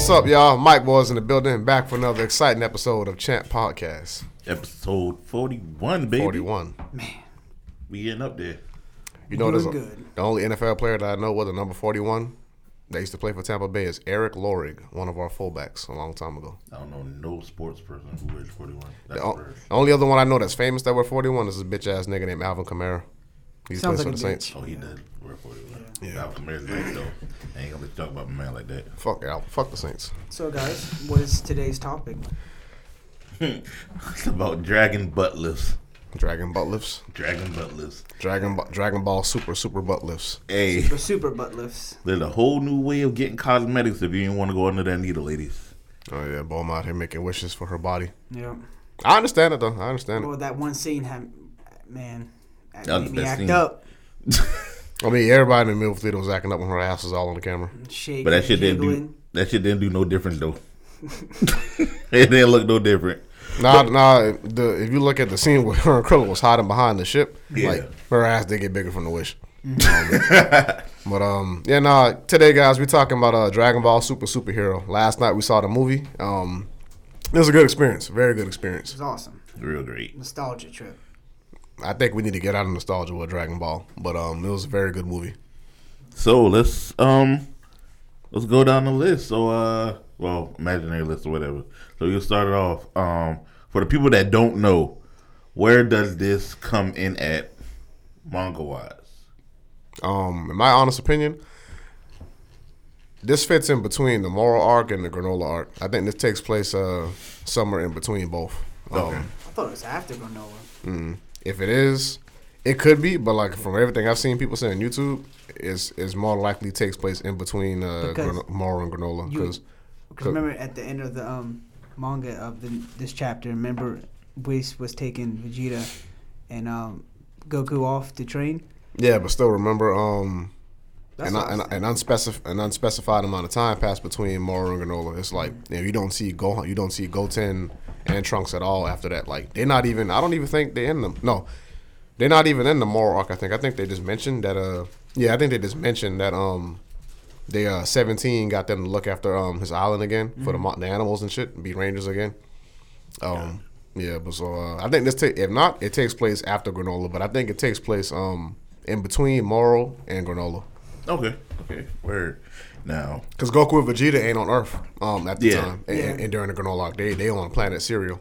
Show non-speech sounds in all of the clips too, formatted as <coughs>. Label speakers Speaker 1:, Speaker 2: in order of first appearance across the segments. Speaker 1: What's up, y'all? Mike Boys in the building, back for another exciting episode of Champ Podcast
Speaker 2: Episode 41, baby.
Speaker 1: 41.
Speaker 2: We getting up there.
Speaker 1: You know, there's a,
Speaker 3: Doing good.
Speaker 1: the only NFL player that I know with a number 41 that used to play for Tampa Bay is Eric Lorig, one of our fullbacks a long time ago.
Speaker 2: I don't know no sports person who wears 41. That's
Speaker 1: The, o-
Speaker 2: first.
Speaker 1: the only other one I know that's famous that wear 41 is this bitch ass nigga named Alvin Kamara. He used to play
Speaker 3: Sounds
Speaker 1: for
Speaker 3: like
Speaker 1: the
Speaker 3: a
Speaker 1: Saints.
Speaker 2: Oh, he does wear 41. Yeah. That was Kamara's name, though. I ain't gonna let you talk about my man like that. <laughs>
Speaker 1: Fuck Al. Fuck the Saints.
Speaker 3: So, guys, what is today's topic?
Speaker 2: It's about dragon butt lifts.
Speaker 1: Dragon butt lifts.
Speaker 2: Dragon butt lifts.
Speaker 1: Dragon, bu- Dragon Ball Super, Super butt lifts.
Speaker 2: Hey,
Speaker 3: The super butt lifts.
Speaker 2: there's a whole new way of getting cosmetics if you didn't want to go under that needle, ladies.
Speaker 1: Oh, yeah. Boma out here making wishes for her body.
Speaker 3: Yeah.
Speaker 1: I understand it, though. I understand it.
Speaker 3: Well, Oh, that one scene had, man, that
Speaker 2: That was
Speaker 3: made
Speaker 2: the
Speaker 3: me
Speaker 2: best
Speaker 3: act
Speaker 2: scene.
Speaker 3: up.
Speaker 1: I mean, everybody in the middle theater was acting up when her ass was all on the camera.
Speaker 3: Shaking,
Speaker 2: But that shit didn't do. That shit didn't do no different though. <laughs> it didn't look no different.
Speaker 1: Nah, nah. The, if you look at the scene where her and Krilla was hiding behind the ship,
Speaker 2: Yeah.
Speaker 1: like her ass did get bigger from the wish. Um, but um, yeah, nah. Today, guys, we're talking about uh, Dragon Ball Super Superhero. Last night we saw the movie. Um, it was a good experience, very good
Speaker 3: It
Speaker 1: experience.
Speaker 3: was awesome.
Speaker 2: Real great.
Speaker 3: Nostalgia trip.
Speaker 1: I think we need to get out of nostalgia with Dragon Ball, but um, it was a very good movie.
Speaker 2: So let's um let's go down the list. So uh well, imaginary list or whatever. So you start it off. Um for the people that don't know, where does this come in at manga wise?
Speaker 1: Um, in my honest opinion, this fits in between the moral arc and the granola arc. I think this takes place uh somewhere in between both. Um, mm,
Speaker 2: Okay.
Speaker 3: I thought it was after Granola.
Speaker 1: If it is, it could be, but like from everything I've seen people say on YouTube, is is more likely takes place in between uh,
Speaker 3: Because
Speaker 1: grano- Mara and Granola.
Speaker 3: you-
Speaker 1: Because
Speaker 3: Because remember at the end of the um, manga of the, this chapter, remember Whis was taking Vegeta and um, Goku off to train?
Speaker 1: yeah, but still remember, um,
Speaker 3: That's
Speaker 1: an,
Speaker 3: what I
Speaker 1: an,
Speaker 3: was
Speaker 1: an unspecified an unspecified amount of time passed between Mara and Granola. It's like you, know, you don't see Gohan, you don't see Goten and Trunks at all after that. Like they're not even. I don't even think they're in them. No, they're not even in the moral arc. I think. I think they just mentioned that. Uh, yeah, I think they just mentioned that. Um, they uh seventeen got them to look after um his island again for the, mo- the animals and shit, and be rangers again. Um, yeah, but so uh, I think this ta- if not, it takes place after Granola, but I think it takes place um in between Moro and Granola.
Speaker 2: Okay. Okay. Word. Now
Speaker 1: Because Goku and Vegeta ain't on Earth um, at the
Speaker 2: Yeah.
Speaker 1: time, and,
Speaker 3: Yeah.
Speaker 1: and during the Granola arc, they they on planet Cereal,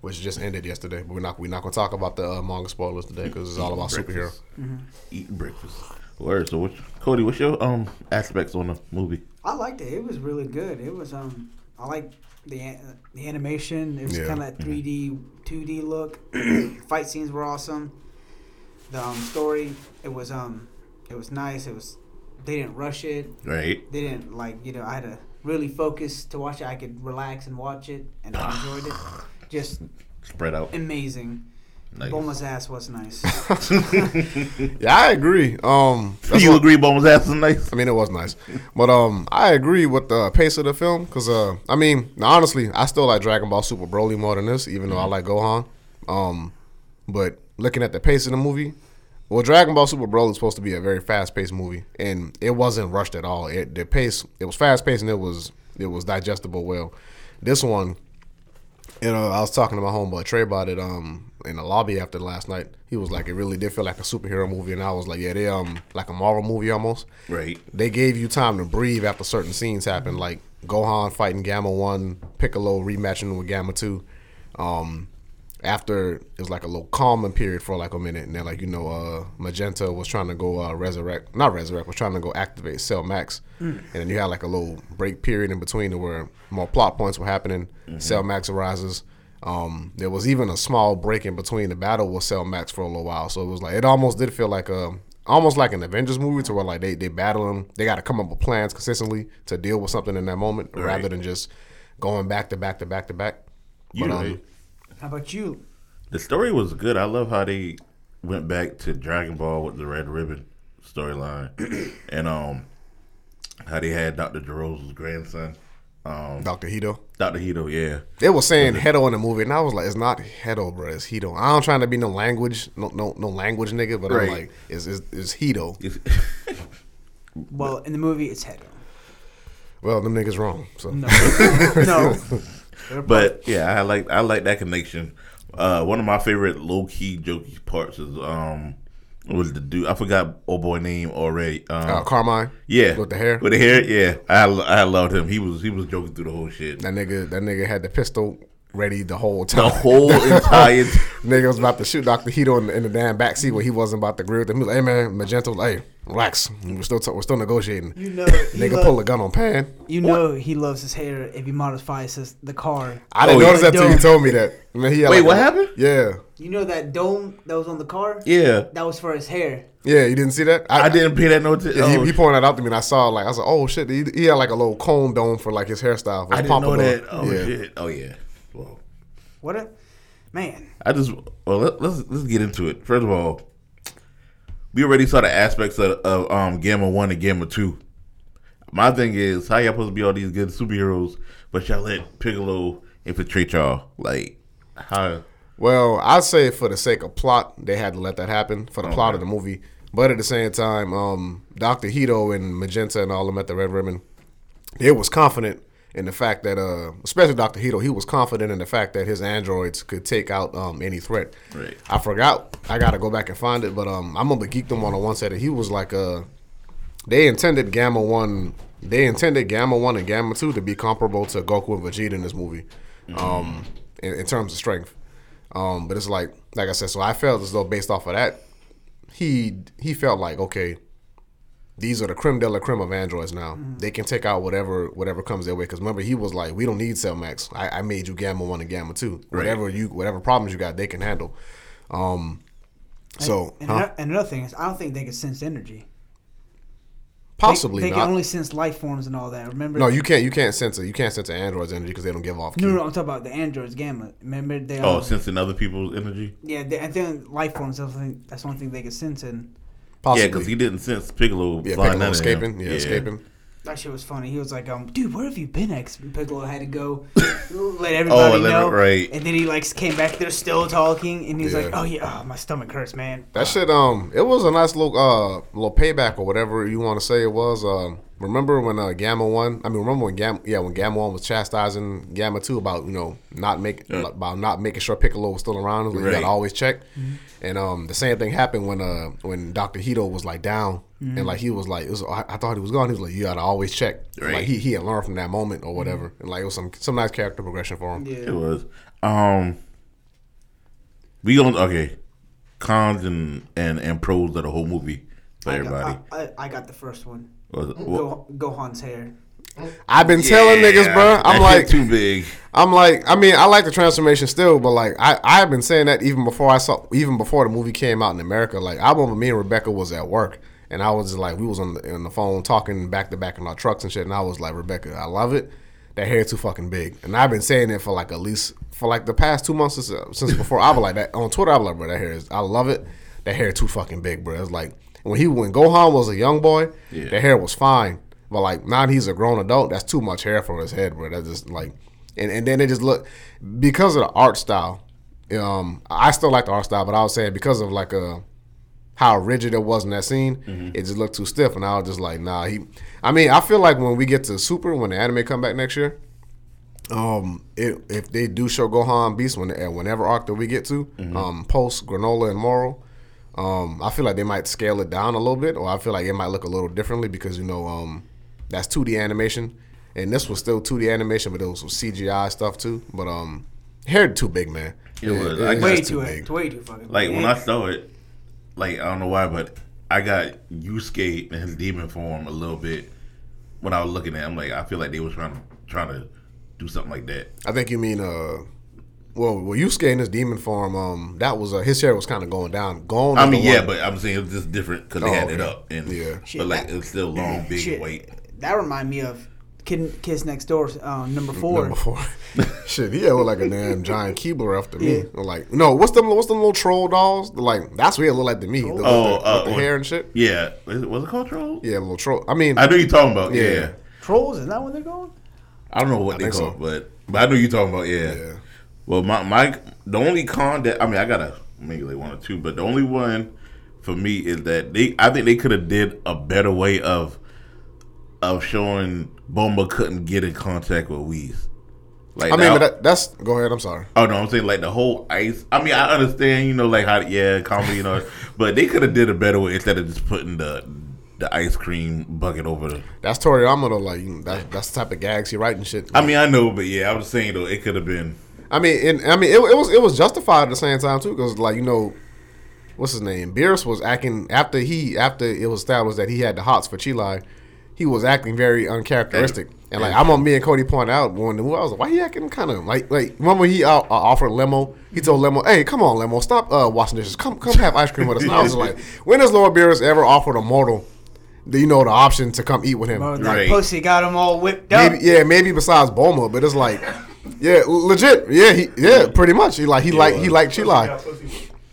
Speaker 1: which just ended yesterday. But we're not we're not gonna talk about the uh, manga spoilers today because it's all about superhero.
Speaker 2: breakfast. Eating breakfast. Word. So what Cody, what's your um aspects on the movie?
Speaker 3: I liked it. It was really good. It was um, I liked the an- the animation. It was
Speaker 1: Yeah.
Speaker 3: kind of that three D, two D look. Fight scenes were awesome. The um, story, it was um, it was nice. It was, they didn't rush it.
Speaker 2: Right.
Speaker 3: They didn't like you know. I had to really focus to watch it. I could relax and watch it, and I enjoyed it. Just
Speaker 2: Spread out.
Speaker 3: amazing.
Speaker 2: Nice.
Speaker 3: Bulma's ass was nice.
Speaker 1: <laughs> Yeah, I agree. Um, that's
Speaker 2: you
Speaker 1: what-
Speaker 2: agree Bones ass is nice?
Speaker 1: I mean, it was nice, but um, I agree with the pace of the film because uh, I mean, honestly, I still like Dragon Ball Super Broly more than this, even though I like Gohan. Um, but looking at the pace of the movie, well, Dragon Ball Super Broly is supposed to be a very fast-paced movie, and it wasn't rushed at all. It the pace, it was fast-paced, and it was it was digestible well. This one, you know, I was talking to my homeboy Trey about it um in the lobby after last night. He was like, "It really did feel like a superhero movie," and I was like, "Yeah, they um like a Marvel movie almost."
Speaker 2: Right.
Speaker 1: They gave you time to breathe after certain scenes happened, like Gohan fighting Gamma One, Piccolo rematching with Gamma Two. Um, after it was like a little calming period for like a minute, and then like you know, uh, Magenta was trying to go uh, resurrect, not resurrect, was trying to go activate Cell Max, and then you had like a little break period in between where more plot points were happening. Cell Max arises. Um, there was even a small break in between the battle with Cell Max for a little while, so it was like it almost did feel like a almost like an Avengers movie to where like they they battling, they got to come up with plans consistently to deal with something in that moment rather than just going back to back to back to back.
Speaker 2: You
Speaker 1: But, um,
Speaker 2: right.
Speaker 3: How about you?
Speaker 2: The story was good. I love how they went back to Dragon Ball with the Red Ribbon storyline, <clears throat> and um, how they had Doctor Jerome's grandson, um,
Speaker 1: Doctor Hito.
Speaker 2: Doctor Hito. Yeah, <laughs>
Speaker 1: They were saying Hedo in the movie, and I was like, "It's not Hedo, bro. It's Hito." I don't trying to be no language, no no, no language nigga, but
Speaker 2: Right.
Speaker 1: I'm like, "It's it's, it's Hito."
Speaker 2: It's-
Speaker 3: Well, in the movie, it's Hedo.
Speaker 1: Well, them niggas wrong. So
Speaker 3: No, <laughs> no. They're
Speaker 2: But yeah, I like I like that connection. Uh, one of my favorite low key jokey parts is um was the dude I forgot old boy name already. Um,
Speaker 1: uh, Carmine.
Speaker 2: yeah,
Speaker 1: With the hair.
Speaker 2: with the hair. Yeah, I I loved him. He was he was joking through the whole shit.
Speaker 1: that nigga, that nigga had the pistol ready the whole
Speaker 2: <laughs> The
Speaker 1: time.
Speaker 2: whole
Speaker 1: <laughs>
Speaker 2: entire
Speaker 1: Nigga was about to shoot Dr. Hito in, in the damn backseat where he wasn't about to agree with him. He was like, hey man, Magento, was like, hey, relax. We're still we're still negotiating.
Speaker 3: You know, he
Speaker 1: Nigga
Speaker 3: lo-
Speaker 1: pull a gun on Pan.
Speaker 3: you know he loves his hair if he modifies his, the car.
Speaker 1: I didn't
Speaker 2: Oh,
Speaker 1: notice
Speaker 3: yeah.
Speaker 1: that till you told me that. I mean, he had
Speaker 2: Wait,
Speaker 1: like
Speaker 2: what
Speaker 1: a-
Speaker 2: happened?
Speaker 1: Yeah,
Speaker 3: You know that dome that was on the car?
Speaker 2: yeah.
Speaker 3: That was for his hair.
Speaker 1: yeah. You didn't see that?
Speaker 2: I didn't pay that oh, no attention.
Speaker 1: Yeah, he, he pointed that out to me, and I saw like I was like, oh shit, he, he had like a little cone dome for like his hairstyle. for
Speaker 2: I didn't know
Speaker 1: pompadour.
Speaker 2: that. Oh
Speaker 1: yeah.
Speaker 2: shit. Oh yeah. Well,
Speaker 3: What a man.
Speaker 2: I just well let, let's let's get into it. First of all, we already saw the aspects of, of um Gamma One and Gamma Two. My thing is how y'all supposed to be all these good superheroes, but y'all let Piccolo infiltrate y'all. Like how?
Speaker 1: Well, I'd say for the sake of plot, they had to let that happen for the plot of the movie. But at the same time, um, Doctor Hito and Magenta and all them at the Red Ribbon, they was confident in the fact that, uh, especially Doctor Hito, he was confident in the fact that his androids could take out um, any threat.
Speaker 2: Right.
Speaker 1: I forgot. I gotta go back and find it, but um, I remember Geek them one on one said that he was like, uh, they intended Gamma One, they intended Gamma One and Gamma Two to be comparable to Goku and Vegeta in this movie, um, in, in terms of strength. Um, but it's like, like I said, so I felt as though based off of that, he he felt like okay, these are the creme de la creme of androids now.
Speaker 3: Mm-hmm.
Speaker 1: They can take out whatever whatever comes their way. Because remember, he was like, we don't need Cell Max. I, I made you Gamma One and Gamma Two. Whatever you whatever problems you got, they can handle. Um, so
Speaker 3: And,
Speaker 1: huh?
Speaker 3: ano- and another thing is, I don't think they can sense energy. They-
Speaker 1: possibly
Speaker 3: They,
Speaker 1: not.
Speaker 3: can only sense life forms and all that. Remember?
Speaker 1: no, you can't. You can't censor. You can't censor androids energy because they don't give off.
Speaker 3: No,
Speaker 1: key.
Speaker 3: no, I'm talking about the androids, gamma. Remember they?
Speaker 2: Oh,
Speaker 3: um,
Speaker 2: sensing other people's energy.
Speaker 3: yeah, they, and then life forms. That's one, that's one thing they can sense, and
Speaker 1: Possibly.
Speaker 2: Yeah, because he didn't sense Piccolo.
Speaker 1: yeah, Piccolo
Speaker 2: flying out of him.
Speaker 1: escaping. Yeah, escaping.
Speaker 3: that shit was funny. He was like, "Um, dude, where have you been?" Ex Piccolo had
Speaker 1: <laughs>
Speaker 3: to go, let
Speaker 2: Oh,
Speaker 3: everybody
Speaker 2: let
Speaker 3: know,
Speaker 2: it- right.
Speaker 3: And then he like came back. They're still talking, and he's like,
Speaker 1: Yeah.
Speaker 3: "Oh yeah, oh, my stomach hurts, man."
Speaker 1: That shit, um, it was a nice little, uh, little payback or whatever you want to say it was. Um, remember when uh, Gamma One? I mean, remember when Gamma? Yeah, when Gamma One was chastising Gamma Two about you know not make
Speaker 2: Yeah.
Speaker 1: about not making sure Piccolo was still around. Like, You
Speaker 2: Right.
Speaker 1: gotta always check. And um, the same thing happened when uh when Doctor Hito was like down and like he was like it was, I, I thought he was gone. He was like you gotta always check.
Speaker 2: Right.
Speaker 1: Like he he had learned from that moment or whatever. And like it was some some nice character progression for him.
Speaker 2: It
Speaker 3: Yeah,
Speaker 2: was. Um, we going okay. Cons and, and and pros of the whole movie for everybody.
Speaker 3: I, got, I, I got the first one.
Speaker 2: Was- well,
Speaker 3: Go, Gohan's hair.
Speaker 1: I've been telling niggas,
Speaker 2: yeah,
Speaker 1: bro.
Speaker 2: that <laughs>
Speaker 1: I'm
Speaker 2: shit
Speaker 1: like
Speaker 2: too big.
Speaker 1: I'm like, I mean, I like the transformation still, but like, I I've been saying that even before I saw, even before the movie came out in America. Like, I remember me and Rebecca was at work, and I was just like, we was on the, on the phone talking back to back in our trucks and shit, and I was like, Rebecca, I love it. That hair too fucking big, and I've been saying it for like at least for like the past two months since, uh, since before. I was like that on Twitter. I was like, bro, that hair is, I love it. That hair too fucking big, bro. It's like when he when Gohan was a young boy,
Speaker 2: Yeah.
Speaker 1: the hair was fine, but like now that he's a grown adult, that's too much hair for his head, bro. That's just like and, and then they just look because of the art style. Um, I still like the art style, but I was saying because of like uh how rigid it was in that scene, it just looked too stiff, and I was just like, nah. He, I mean, I feel like when we get to Super, when the anime come back next year, um, it, if they do show Gohan Beast when at whenever arc that we get to, um, post Granola and Moro, um, I feel like they might scale it down a little bit, or I feel like it might look a little differently because you know, um, that's 2D animation, and this was still 2D animation, but it was some CGI stuff too. But um, hair too big, man.
Speaker 2: It was. I
Speaker 1: it's
Speaker 2: guess-
Speaker 3: Way
Speaker 1: just
Speaker 3: too, way too fucking.
Speaker 2: Like
Speaker 3: big.
Speaker 2: when I saw it, like I don't know why, but I got Yusuke in his demon form a little bit when I was looking at. It. I'm like, I feel like they was trying to trying to do something like that.
Speaker 1: I think you mean uh well well Yusuke in his demon form, um that was uh, his hair was kinda going down. Gone.
Speaker 2: I
Speaker 1: is the
Speaker 2: mean, yeah,
Speaker 1: one-
Speaker 2: but I'm saying it was just different because
Speaker 1: Oh,
Speaker 2: they had it
Speaker 1: okay.
Speaker 2: up and
Speaker 1: Yeah.
Speaker 2: but
Speaker 3: Shit,
Speaker 2: like
Speaker 3: that-
Speaker 2: it's still long, big,
Speaker 3: Shit,
Speaker 2: white.
Speaker 3: That remind me of Kid, Kids Next Door, um, number four.
Speaker 1: <laughs> number
Speaker 2: <laughs>
Speaker 1: four. Shit, he had looked like a damn giant Keebler after me.
Speaker 3: Yeah.
Speaker 1: Or Like no, what's them what's them little troll dolls? Like that's what he looked like to me. The- with
Speaker 2: Oh,
Speaker 1: the,
Speaker 2: uh,
Speaker 1: with the
Speaker 2: what-
Speaker 1: hair and shit.
Speaker 2: Yeah, Is it- was it called troll?
Speaker 1: Yeah, little troll. I mean
Speaker 2: I know you're talking about. Yeah.
Speaker 1: Yeah.
Speaker 3: Trolls is that what they're called?
Speaker 2: I don't know what they
Speaker 1: think
Speaker 2: call
Speaker 1: so.
Speaker 2: it, but but I know you're talking about. Yeah.
Speaker 1: Yeah.
Speaker 2: Well, my my the only con that I mean I gotta maybe like one or two, but the only one for me is that they I think they could have did a better way of of showing Bulma couldn't get in contact with Whis. Like
Speaker 1: I mean,
Speaker 2: now-
Speaker 1: but that, that's go ahead. I'm sorry.
Speaker 2: Oh no, I'm saying like the whole ice. I mean, I understand, you know, like how yeah, comedy, you know, but they could have did a better way instead of just putting the the ice cream bucket over the.
Speaker 1: That's Toriyama though. Like that, that's the type of gags he writing shit.
Speaker 2: I mean, I know, but yeah, I was saying though, it could have been.
Speaker 1: I mean, and, I mean, it, it was it was justified at the same time too, because like you know, what's his name? Beerus was acting after he after it was established that he had the hots for Chile. He was acting very uncharacteristic, and like I'm on me and Cody pointed out when the movie, I was like, why he acting kind of like like remember he uh, uh, offered Lemo, he told Lemo, hey, come on Lemo, stop uh, washing dishes, come come have ice cream with us. And I was like, when has Lord Beerus ever offered a mortal, the- you know, the option to come eat with him?
Speaker 3: Bro, that
Speaker 2: Right.
Speaker 3: pussy got him all whipped up.
Speaker 1: Maybe, yeah, maybe besides Boma, but it's like, yeah, legit, yeah, he, yeah, pretty much. He like he like
Speaker 2: uh,
Speaker 1: he like Chile. <laughs>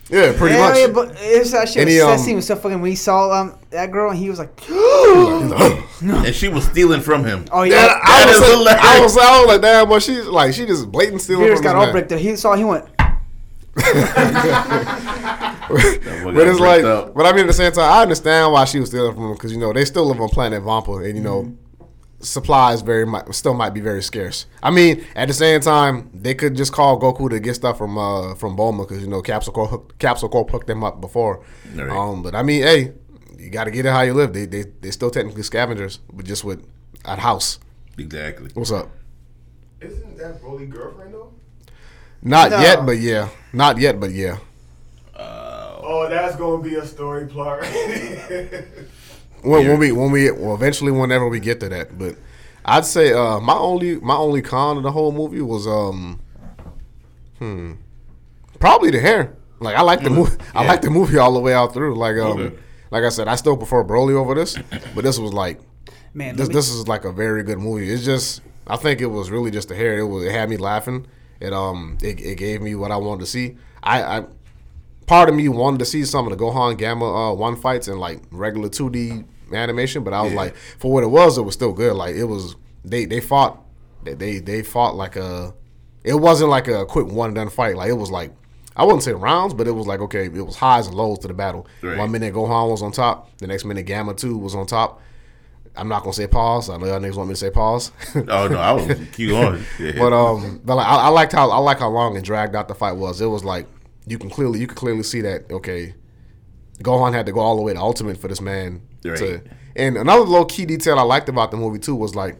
Speaker 1: Yeah, pretty
Speaker 3: Hell
Speaker 1: much. <laughs>
Speaker 3: yeah, but it's that shit.
Speaker 1: And he,
Speaker 3: that
Speaker 1: um,
Speaker 3: scene was so fucking. When he saw um that girl, and he was like, <gasps>
Speaker 2: And she was stealing from him.
Speaker 3: "Oh
Speaker 1: Yeah,
Speaker 3: yeah."
Speaker 1: I,
Speaker 2: That
Speaker 1: was
Speaker 2: is
Speaker 1: like,
Speaker 2: hilarious.
Speaker 1: I was I was like, damn, but she's like, she just blatant stealing.
Speaker 3: Beerus
Speaker 1: from
Speaker 3: got
Speaker 1: this
Speaker 3: all
Speaker 1: man.
Speaker 3: bricked up. He saw. He went.
Speaker 1: But it's like,
Speaker 2: Bricked up.
Speaker 1: but I mean, at the same time, I understand why she was stealing from him because you know they still live on planet Vampa, and you know supplies very might, still might be very scarce. I mean, at the same time, they could just call Goku to get stuff from uh from Bulma because you know Capsule Corp hooked, Capsule Corp hooked them up before.
Speaker 2: Right.
Speaker 1: Um, but I mean, hey, you got to get it how you live. They they they still technically scavengers, but just with at house.
Speaker 2: exactly.
Speaker 1: What's up?
Speaker 4: Isn't that Broly girlfriend though?
Speaker 1: Not
Speaker 3: No.
Speaker 1: yet, but yeah. Not yet, but yeah.
Speaker 2: Uh,
Speaker 4: Oh, that's gonna be a story plot. <laughs>
Speaker 1: When, when we when we well, eventually whenever we get to that, but I'd say uh, my only my only con of the whole movie was um hmm probably the hair. Like I like the movie. I
Speaker 2: Yeah.
Speaker 1: like the movie all the way out through. Like um
Speaker 2: Okay.
Speaker 1: like I said, I still prefer Broly over this, but this was like
Speaker 3: Man,
Speaker 1: this
Speaker 3: let me-
Speaker 1: this is like a very good movie. It's just I think it was really just the hair. It was it had me laughing. It um it, it gave me what I wanted to see. I, I part of me wanted to see some of the Gohan Gamma uh, one fights in like regular two D animation, but I was
Speaker 2: Yeah.
Speaker 1: like, for what it was, it was still good. Like it was they they fought they they, they fought like a it wasn't like a quick one and done fight. Like it was like I wouldn't say rounds, but it was like okay, it was highs and lows to the battle.
Speaker 2: Right.
Speaker 1: One minute Gohan was on top, the next minute Gamma Two was on top. I'm not gonna say pause. I know y'all niggas want me to say pause.
Speaker 2: Oh no, I was keep
Speaker 1: <laughs>
Speaker 2: on. Yeah.
Speaker 1: But um, but like, I, I liked how I like how long and dragged out the fight was. It was like you can clearly you could clearly see that okay, Gohan had to go all the way to ultimate for this man. To,
Speaker 2: Right.
Speaker 1: and another low key detail I liked about the movie too was like,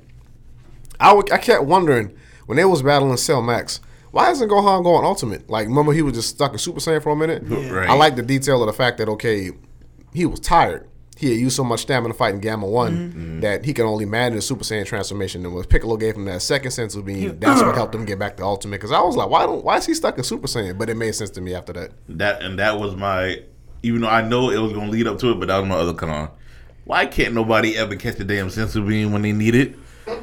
Speaker 1: I would- I kept wondering when they was battling Cell Max, why isn't Gohan going ultimate? Like remember he was just stuck in Super Saiyan for a minute.
Speaker 2: Right.
Speaker 1: I like the detail of the fact that okay, he was tired. He had used so much stamina fighting Gamma One that he could only manage a Super Saiyan transformation. And what Piccolo gave him that second sense of being, that's what helped him get back to Ultimate. Because I was like, why don't why is he stuck in Super Saiyan? But it made sense to me after that.
Speaker 2: that, and that was my. Even though I know it was gonna lead up to it, but that was my other con. Why can't nobody ever catch the damn sensu bean when they need it?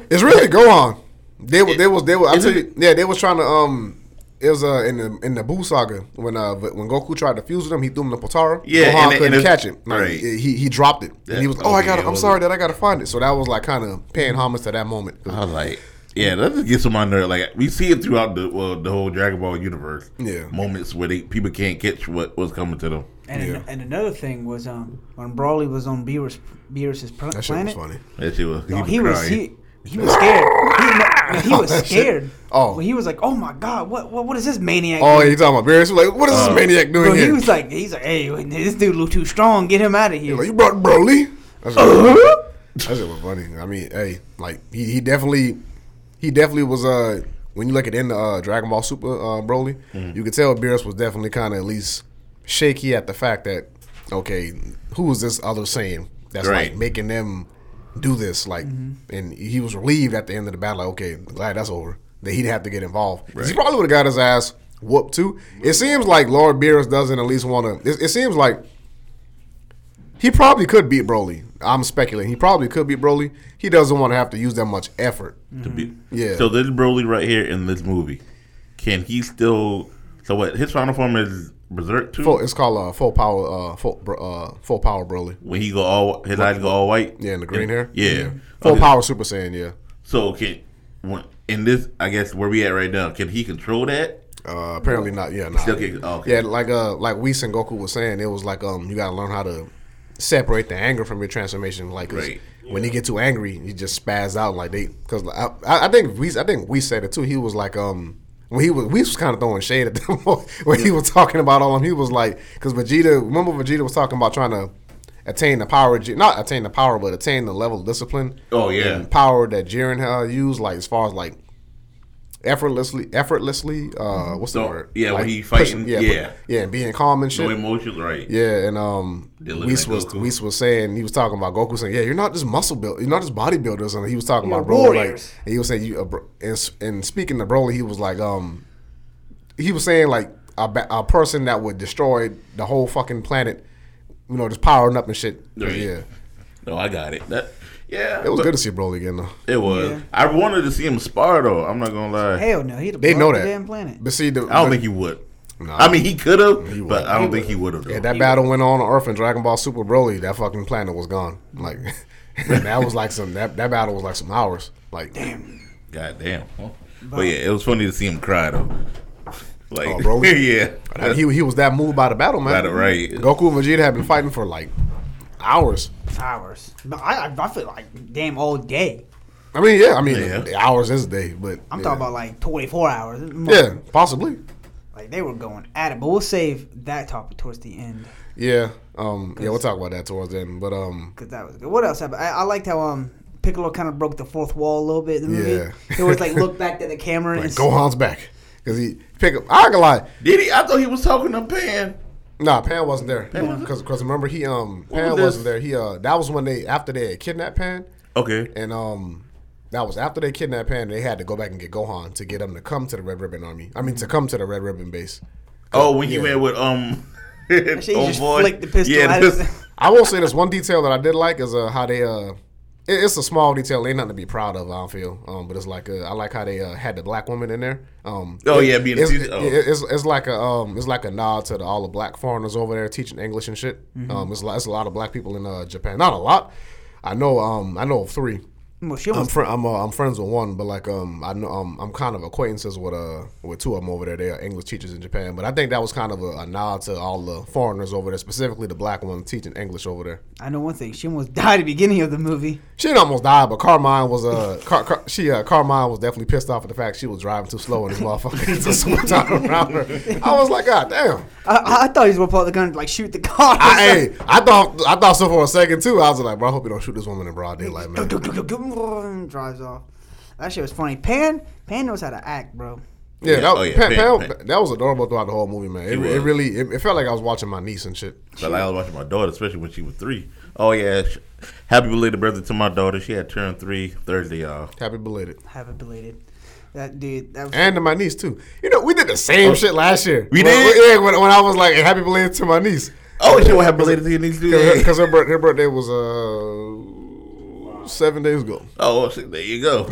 Speaker 1: It's really Gohan. They were they was they were I
Speaker 2: Is
Speaker 1: tell
Speaker 2: it-
Speaker 1: you, yeah they was trying to um. It was uh, in the in the Buu saga when uh when Goku tried to fuse with him, he threw him to Potara.
Speaker 2: Yeah,
Speaker 1: Gohan
Speaker 2: and it-
Speaker 1: couldn't
Speaker 2: and it-
Speaker 1: catch it. Like,
Speaker 2: right.
Speaker 1: he he dropped it, and he was oh I
Speaker 2: Okay,
Speaker 1: got
Speaker 2: it
Speaker 1: to I'm
Speaker 2: was-
Speaker 1: sorry that I got to find it. So that was like kind of paying homage to that moment.
Speaker 2: I was like, yeah, that just gets on my nerve. Like we see it throughout the well, the whole Dragon Ball universe.
Speaker 1: Yeah.
Speaker 2: moments where they people can't catch what what's coming to them.
Speaker 3: And, an- and another thing was um when Brawley was on Beerus Beerus's pl-
Speaker 1: That shit was
Speaker 3: planet.
Speaker 1: funny.
Speaker 2: That shit was he, was
Speaker 3: No, Oh, he was
Speaker 2: crying.
Speaker 3: he, he was scared. He,
Speaker 1: <laughs>
Speaker 3: no, he was
Speaker 1: that shit.
Speaker 3: scared.
Speaker 1: Oh.
Speaker 3: When he was like, "Oh my God, what what, what is this maniac?"
Speaker 1: Oh,
Speaker 3: doing?"
Speaker 1: you talking about Beerus? Like, what is
Speaker 2: Uh,
Speaker 1: this maniac doing
Speaker 3: Bro,
Speaker 1: here?
Speaker 3: he was like, he's like, "Hey, this dude look too strong. Get him out of here."
Speaker 1: Like, you brought Broly? That's
Speaker 2: Uh-huh.
Speaker 1: what, that's what was funny. I mean, hey, like he, he definitely he definitely was uh when you look at in the uh, Dragon Ball Super uh, Broly,
Speaker 2: Mm-hmm.
Speaker 1: you could tell Beerus was definitely kind of at least shaky at the fact that okay, who is this other Saiyan that's
Speaker 2: Right. Mm-hmm.
Speaker 1: like making them do this? Like, and he was relieved at the end of the battle. Like, okay, I'm glad that's over. That he'd have to get involved. 'Cause He
Speaker 2: Right.
Speaker 1: probably would have got his ass whooped too. It seems like Lord Beerus doesn't at least want to. It, it seems like he probably could beat Broly. I'm speculating. He probably could beat Broly. He doesn't want to have to use that much effort.
Speaker 2: to be.
Speaker 1: Mm-hmm. Yeah.
Speaker 2: So this Broly right here in this movie, can he still? So what? His final form is Berserk too.
Speaker 1: Full, it's called uh, full power. Uh, full, bro- uh, full power Broly.
Speaker 2: When he go all his eyes go all white.
Speaker 1: Yeah, and the green hair.
Speaker 2: Oh, Yeah.
Speaker 1: Full
Speaker 2: Okay.
Speaker 1: power Super Saiyan. Yeah.
Speaker 2: So can when in this I guess where we at right now? Can he control that?
Speaker 1: Uh, apparently not. Yeah. Nah.
Speaker 2: Still can, oh,
Speaker 1: Yeah,
Speaker 2: okay.
Speaker 1: like uh, like Whis and Goku was saying, it was like um, you gotta learn how to separate the anger from your transformation. Like 'cause
Speaker 2: Right.
Speaker 1: when you get too angry, you just spaz out like they. Because I, I I think we I think we said it too. He was like um. When he was, we was kind of throwing shade at <laughs> them when he was talking about all of them. He was like, because Vegeta, remember Vegeta was talking about trying to attain the power, of Ji- not attain the power, but attain the level of discipline.
Speaker 2: Oh, yeah.
Speaker 1: and power that Jiren uh, used, like as far as like effortlessly, effortlessly. Uh, what's the
Speaker 2: So,
Speaker 1: word?
Speaker 2: yeah, when
Speaker 1: Like,
Speaker 2: he fighting,
Speaker 1: pushing-
Speaker 2: yeah.
Speaker 1: pu- yeah, and being calm and shit.
Speaker 2: No emotions, right?
Speaker 1: Yeah, and um,
Speaker 2: Dylan
Speaker 1: Whis
Speaker 2: and
Speaker 1: was
Speaker 2: Goku.
Speaker 1: Whis was saying he was talking about Goku saying, "Yeah, you're not just muscle build, you're not just bodybuilders." And he was talking
Speaker 3: You're
Speaker 1: about Broly, like,
Speaker 3: warriors.
Speaker 1: and he was saying, "You uh, bro- and, s- and speaking to Broly, he was like, um, he was saying like a, ba- a person that would destroy the whole fucking planet, you know, just powering up and shit."
Speaker 2: Right.
Speaker 1: Yeah,
Speaker 2: No, I got it. That, yeah,
Speaker 1: it was
Speaker 2: but-
Speaker 1: good to see Broly again though.
Speaker 2: It was.
Speaker 3: Yeah.
Speaker 2: I wanted to see him spar though. I'm not gonna lie.
Speaker 3: Hell no, he'd have
Speaker 1: They know
Speaker 3: blown up
Speaker 1: that.
Speaker 3: the damn planet.
Speaker 1: But see, the,
Speaker 2: I don't
Speaker 1: the-
Speaker 2: think he would.
Speaker 1: Nah.
Speaker 2: I mean, he could
Speaker 1: He
Speaker 2: have, but
Speaker 1: would've.
Speaker 2: I don't think he would have.
Speaker 1: Yeah, that battle went on on Earth and Dragon Ball Super Broly. That fucking planet was gone. Like <laughs> that was like some that, that battle was like some hours. Like damn,
Speaker 2: God damn. But yeah, it was funny to see him cry though. <laughs> Like,
Speaker 1: Oh, bro, we-
Speaker 2: <laughs> yeah, that's
Speaker 1: he he was that moved by the battle, man.
Speaker 2: about it right.
Speaker 1: Goku and Vegeta had been fighting for like hours.
Speaker 3: Hours. But I, I I feel like damn all day.
Speaker 1: I mean, yeah, I mean
Speaker 2: Yeah.
Speaker 1: hours is a day, but
Speaker 3: I'm
Speaker 1: yeah.
Speaker 3: talking about like 24 hours.
Speaker 1: yeah, possibly.
Speaker 3: Like they were going at it, but we'll save that topic towards the end
Speaker 1: Yeah, um, yeah, we'll talk about that towards the end. But um,
Speaker 3: because that was good. What else happened? I, I liked how um Piccolo kind of broke the fourth wall a little bit in the
Speaker 1: Yeah.
Speaker 3: movie.
Speaker 1: <laughs>
Speaker 3: He was like look back at the camera
Speaker 1: like
Speaker 3: and
Speaker 1: Gohan's back because he pick up. I ain't gonna lie,
Speaker 2: Did he? I thought he was talking to Pan.
Speaker 1: Nah, Pan wasn't there.
Speaker 2: wasn't-
Speaker 1: Because remember he um Pan
Speaker 2: was this?
Speaker 1: wasn't there. He uh that was when they after they had kidnapped Pan
Speaker 2: Okay.
Speaker 1: and um that was after they kidnapped Pan. They had to go back and get Gohan to get him to come to the Red Ribbon Army. I mean to come to the Red Ribbon base.
Speaker 2: Oh, when he
Speaker 1: Yeah.
Speaker 2: went with um. <laughs>
Speaker 3: Actually, he
Speaker 2: oh,
Speaker 3: just
Speaker 2: boy.
Speaker 3: flicked the pistol
Speaker 2: Yeah,
Speaker 3: at
Speaker 2: this-
Speaker 3: him.
Speaker 1: I will say this one detail that I did like is uh how they uh it- it's a small detail. Ain't nothing to be proud of. I don't feel. Um, but it's like uh, I like how they uh, had the black woman in there. Um,
Speaker 2: Oh,
Speaker 1: it-
Speaker 2: yeah, being a
Speaker 1: it's,
Speaker 2: teacher. Oh.
Speaker 1: it- it's, it's like a um, it's like a nod to the, all the black foreigners over there teaching English and shit. Um, it's, li- it's a lot of black people in uh, Japan. Not a lot. I know. Um, I know of three.
Speaker 3: well, she
Speaker 1: I'm
Speaker 3: almost
Speaker 1: fr- I'm, uh, I'm friends with one, but like um, I know um, I'm kind of acquaintances with uh with two of them over there. They are English teachers in Japan, but I think that was kind of a, a nod to all the foreigners over there, specifically the black one teaching English over there.
Speaker 3: I know one thing. She almost <laughs> died at the beginning of the movie.
Speaker 1: She didn't almost died, but Carmine was uh, Car- Car- she uh, Carmine was definitely pissed off at the fact she was driving too slow and this motherfucker <laughs> just swung out around her. I was like, God damn!
Speaker 3: I- I, I thought he was gonna pull out the gun and like shoot the <laughs> car.
Speaker 1: I, hey, I thought I thought so for a second too. I was like, bro, I hope you don't shoot this woman in broad daylight, man.
Speaker 3: And drives off. That shit was funny. Pan Pan knows how to act, bro.
Speaker 1: Yeah,
Speaker 2: Yeah,
Speaker 1: that,
Speaker 2: oh yeah,
Speaker 1: Pam-
Speaker 2: Pam-
Speaker 1: Pam-
Speaker 2: Pam.
Speaker 1: that was adorable throughout the whole movie, man. It,
Speaker 2: It
Speaker 1: it
Speaker 2: was.
Speaker 1: really it, it felt like I was watching my niece and shit.
Speaker 2: But like I was watching my daughter, especially when she was three. Oh yeah, sh- happy belated birthday to my daughter. She had turned three Thursday, y'all.
Speaker 1: Happy belated,
Speaker 3: Have it belated. That dude. That was. <laughs>
Speaker 1: and to my niece too. You know, we did the same shit last year.
Speaker 2: Oh. We
Speaker 1: When-
Speaker 2: did?
Speaker 1: yeah, when, when I was like, happy belated to my niece.
Speaker 2: Oh, she won't have belated to your niece too.
Speaker 1: Because her, bir- her birthday was uh, seven days ago. <laughs>
Speaker 2: Oh, see, there you go.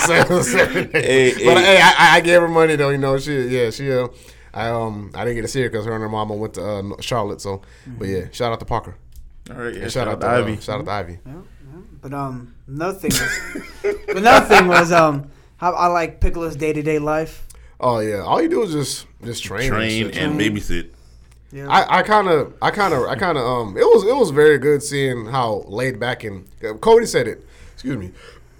Speaker 1: seven, seven days.
Speaker 2: Hey,
Speaker 1: but
Speaker 2: hey.
Speaker 1: hey, I, I gave her money though. You know, she yeah she uh, I um I didn't get to see her because her and her mama went to uh, Charlotte. So, but yeah, shout out to Parker.
Speaker 2: All right, yeah,
Speaker 1: And shout, out to
Speaker 2: to Mm-hmm.
Speaker 1: Uh, shout out to Ivy.
Speaker 3: Yeah, yeah. But um, another thing was <laughs> another thing was um, how I like Piccolo's day to day life.
Speaker 1: Oh yeah, all you do is just just train,
Speaker 2: Train
Speaker 1: shit,
Speaker 2: and babysit.
Speaker 3: Yeah.
Speaker 1: I I kind of, I kind of, I kind of. Um, it was, it was very good seeing how laid back and uh, Cody said it. Excuse me.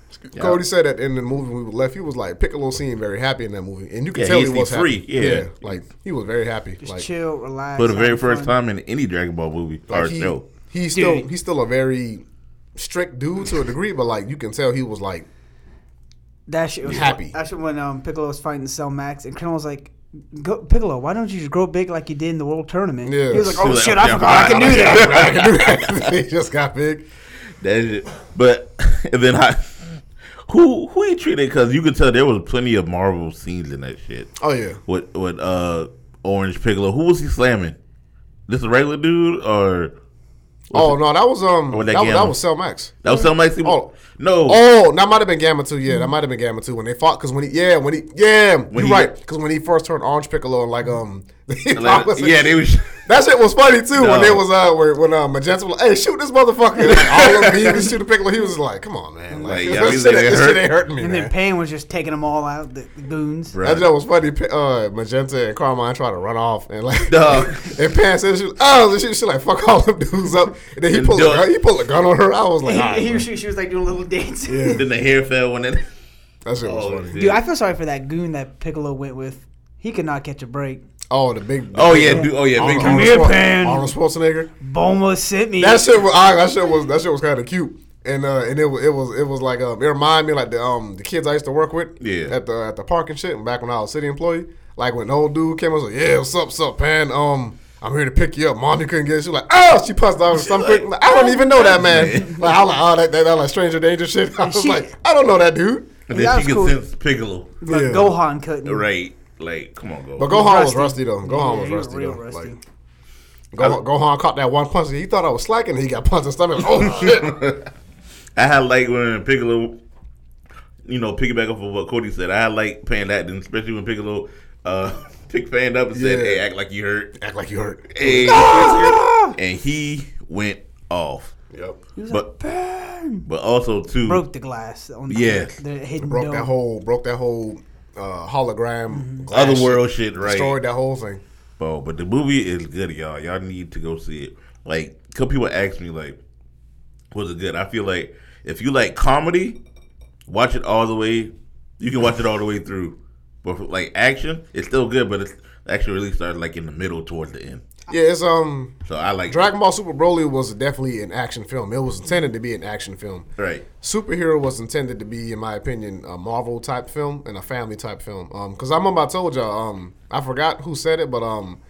Speaker 1: Excuse-
Speaker 2: Yeah.
Speaker 1: Cody said that in the movie we left. He was like Piccolo seemed very happy in that movie, and you could
Speaker 2: Yeah,
Speaker 1: tell he
Speaker 2: he's-
Speaker 1: was
Speaker 2: he's
Speaker 1: happy.
Speaker 2: free, yeah.
Speaker 1: like he was very happy.
Speaker 3: just
Speaker 1: like,
Speaker 3: chill, relax.
Speaker 2: For the very
Speaker 3: have
Speaker 2: first
Speaker 3: fun.
Speaker 2: time in any Dragon Ball movie
Speaker 1: like,
Speaker 2: or
Speaker 1: he,
Speaker 2: show.
Speaker 1: he's still,
Speaker 3: Dude.
Speaker 1: he's still a very strict dude to a degree, but like you can tell he was
Speaker 2: <laughs>
Speaker 1: like,
Speaker 3: That shit was
Speaker 1: Happy.
Speaker 3: That shit when um Piccolo was fighting Cell Max and Krillin was like. Go, Piccolo, why don't you just grow big like you did in the World Tournament?
Speaker 1: Yeah.
Speaker 3: He was like,
Speaker 2: He
Speaker 3: "Oh
Speaker 2: was like,
Speaker 3: shit,
Speaker 2: "Oh,
Speaker 3: I
Speaker 2: yeah,
Speaker 3: forgot I can do
Speaker 1: <laughs>
Speaker 3: that."
Speaker 1: I can do that. he just got big.
Speaker 2: That is it. But <laughs> and then I, who who he treated because you could tell there was plenty of Marvel scenes in that shit.
Speaker 1: Oh yeah,
Speaker 2: With with uh Orange Piccolo, who was he slamming? This a regular dude or
Speaker 1: oh no, that was um,
Speaker 2: Or
Speaker 1: that,
Speaker 2: that
Speaker 1: was, that
Speaker 2: gamma.
Speaker 1: was Cell Max.
Speaker 2: that was somebody? Like
Speaker 1: Oh.
Speaker 2: no,
Speaker 1: Oh, that might have been Gamma Two. Yeah, that might have been Gamma Two when they fought. Because when he, yeah, when he, yeah, you're
Speaker 2: When he-
Speaker 1: right. Because when he first turned Orange Piccolo and like um <laughs>
Speaker 2: <laughs> Like, yeah, they was. <laughs>
Speaker 1: That shit was funny too when
Speaker 2: No.
Speaker 1: it was uh where, when uh Magenta was like, "Hey, shoot this motherfucker!" And all of them, he was shooting Piccolo. He was like, "Come on, man! Like,
Speaker 2: Like, yeah,
Speaker 1: this,
Speaker 2: he's
Speaker 1: shit,
Speaker 2: like, it
Speaker 1: this shit
Speaker 2: hurt.
Speaker 1: ain't hurting me."
Speaker 3: And then
Speaker 1: man.
Speaker 3: Payne was just taking them all out, the, the goons.
Speaker 1: That
Speaker 2: Bruh.
Speaker 1: joke was funny. P- Uh, Magenta and Carmine tried to run off and like
Speaker 2: Dog.
Speaker 1: <laughs> and Pan said, she was, "Oh, and she, she like fuck all them dudes up." And then he
Speaker 2: And
Speaker 1: pulled a
Speaker 2: dog.
Speaker 1: gun, he pulled a gun on her. I was like,
Speaker 3: <laughs> He-
Speaker 1: "All right,
Speaker 3: he,
Speaker 1: bro."
Speaker 3: she, she was like doing a little <laughs> dance.
Speaker 1: Yeah.
Speaker 2: Then the hair fell when it.
Speaker 1: that shit was
Speaker 2: Oh,
Speaker 1: funny."
Speaker 2: dude.
Speaker 3: Dude, I feel sorry for that goon that Piccolo went with. He could not catch a break.
Speaker 1: Oh, the big. the
Speaker 2: Oh
Speaker 1: big-
Speaker 2: yeah, dude. Oh yeah, big
Speaker 1: Arnold,
Speaker 3: Come
Speaker 1: Arnold,
Speaker 2: dude.
Speaker 3: here,
Speaker 1: Schwar-
Speaker 3: Pan.
Speaker 1: Arnold Schwarzenegger.
Speaker 3: Boma sent me.
Speaker 1: That shit was I, that shit was that shit was kind of cute, and uh, and it was it was it was like um, it reminded me like the um the kids I used to work with
Speaker 2: Yeah.
Speaker 1: at the at the park and shit. And back when I was city employee, like when the old dude came, I was like, yeah, what's up, what's up, man? Um, I'm here to pick you up. Mom, you couldn't get. It. She was like, oh, she punched out something. Like, I don't even know that man. like I was like, oh, that, that, that like stranger danger shit. <laughs> I was
Speaker 3: she-
Speaker 1: like, I don't know that dude.
Speaker 2: And
Speaker 3: That
Speaker 2: then
Speaker 3: was
Speaker 2: she could
Speaker 3: cool.
Speaker 2: sense Piccolo.
Speaker 3: but
Speaker 1: Yeah.
Speaker 3: Gohan couldn't.
Speaker 2: Right. Like, come on, go.
Speaker 1: But
Speaker 2: <laughs>
Speaker 1: Gohan was rusty
Speaker 3: Rusty.
Speaker 1: though. Gohan
Speaker 3: Yeah,
Speaker 1: was
Speaker 3: he was
Speaker 1: rusty
Speaker 3: real
Speaker 1: though.
Speaker 3: rusty.
Speaker 1: Like, Gohan, Gohan caught that one punch. He thought I was slacking. and He got punched in the stomach.
Speaker 2: <laughs>
Speaker 1: Oh shit!
Speaker 2: I had like when Piccolo, you know, piggyback off of what Cody said. I had like paying that, and especially when Piccolo uh, <laughs> picked Fan up and said,
Speaker 1: Yeah. Ah!
Speaker 2: "Hey, act like you hurt."
Speaker 1: Act like you hurt.
Speaker 2: Hey, and he went off.
Speaker 1: Yep.
Speaker 2: But but also too,
Speaker 3: Broke the glass. On the,
Speaker 2: Yeah.
Speaker 3: The hidden
Speaker 1: broke
Speaker 3: dome.
Speaker 1: that whole broke that whole uh, hologram glass
Speaker 2: other
Speaker 1: shit,
Speaker 2: world shit, right?
Speaker 1: destroyed that whole thing.
Speaker 2: Oh, but the movie is good, y'all. Y'all need to go see it. Like, couple people ask me, like, was it good? I feel like if you like comedy, watch it all the way. You can watch it all the way through. But for, like action, it's still good, but it's actually really started like in the middle towards the end.
Speaker 1: Yeah, it's um
Speaker 2: So I like
Speaker 1: Dragon Ball Super Broly was definitely an action film. It was intended to be an action film.
Speaker 2: Right.
Speaker 1: Superhero was intended to be, in my opinion, a Marvel type film and a family type film. Um, because I remember I told y'all, um, I forgot who said it, but um,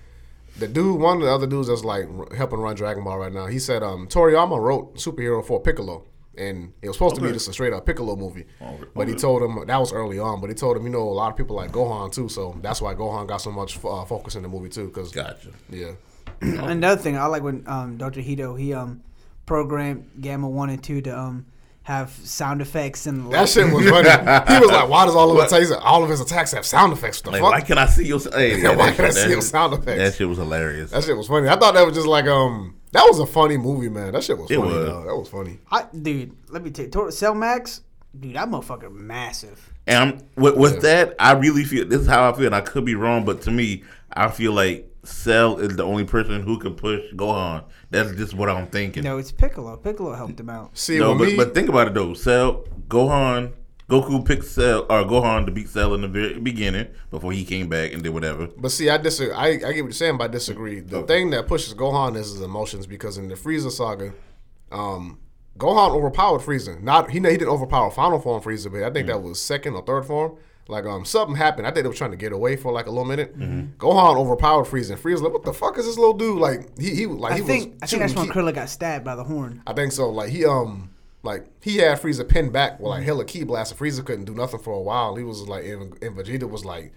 Speaker 1: the dude, one of the other dudes that's like r- helping run Dragon Ball right now, he said, um, Toriyama wrote superhero for Piccolo, and it was supposed to be just a straight up Piccolo movie,
Speaker 2: Oh,
Speaker 1: but he told him that was early on. But he told him, you know, a lot of people like Gohan too, so that's why Gohan got so much uh, focus in the movie too, because
Speaker 2: Gotcha.
Speaker 1: yeah, <clears throat>
Speaker 3: Another thing I like when um, Dr. Hito he um, programmed Gamma One and Two to um, have sound effects and
Speaker 1: that shit was
Speaker 2: <laughs>
Speaker 1: funny. he was like, why does all of his attacks, all of his attacks have sound effects? What the
Speaker 2: Like,
Speaker 1: fuck?
Speaker 2: why can I see your? Hey,
Speaker 1: <laughs>
Speaker 2: yeah,
Speaker 1: why
Speaker 2: that
Speaker 1: can I
Speaker 2: shit-
Speaker 1: see
Speaker 2: that
Speaker 1: your
Speaker 2: shit-
Speaker 1: sound effects?
Speaker 2: That shit was hilarious.
Speaker 1: That shit was funny. I thought that was just like um that was a funny movie, man. That shit was
Speaker 2: It
Speaker 1: funny.
Speaker 2: was.
Speaker 1: dog. That was funny.
Speaker 3: I, dude, let me take Tor- Cell Max. Dude, that motherfucker massive.
Speaker 2: And I'm, with, with that, I really feel this is how I feel. And I could be wrong, but to me, I feel like Cell is the only person who can push Gohan. That's just what I'm thinking. No,
Speaker 3: No, it's Piccolo. Piccolo helped him out.
Speaker 1: See, with
Speaker 2: but,
Speaker 1: me,
Speaker 2: but think about it though. Cell, Gohan, Goku picked Cell or Gohan to beat Cell in the very beginning before he came back and did whatever.
Speaker 1: But see, I disagree. I, I get what you're saying, but I disagree. The
Speaker 2: Oh.
Speaker 1: thing that pushes Gohan is his emotions because in the Frieza saga, um, Gohan overpowered Frieza. Not he, he didn't overpower Final Form Frieza, but I think
Speaker 2: Mm.
Speaker 1: that was second or third form. Like um, something happened. I think they were trying to get away for like a little minute.
Speaker 2: Mm-hmm.
Speaker 1: Gohan overpowered Frieza. And Frieza, like, what the fuck is this little dude? Like he, he like
Speaker 3: I
Speaker 1: he
Speaker 3: think
Speaker 1: was.
Speaker 3: I think that's
Speaker 1: shooting
Speaker 3: when
Speaker 1: ki-
Speaker 3: Krilla got stabbed by the horn.
Speaker 1: I think so. Like he um like he had Frieza pinned back with like hella key blast and Frieza couldn't do nothing for a while. He was like and, and Vegeta was like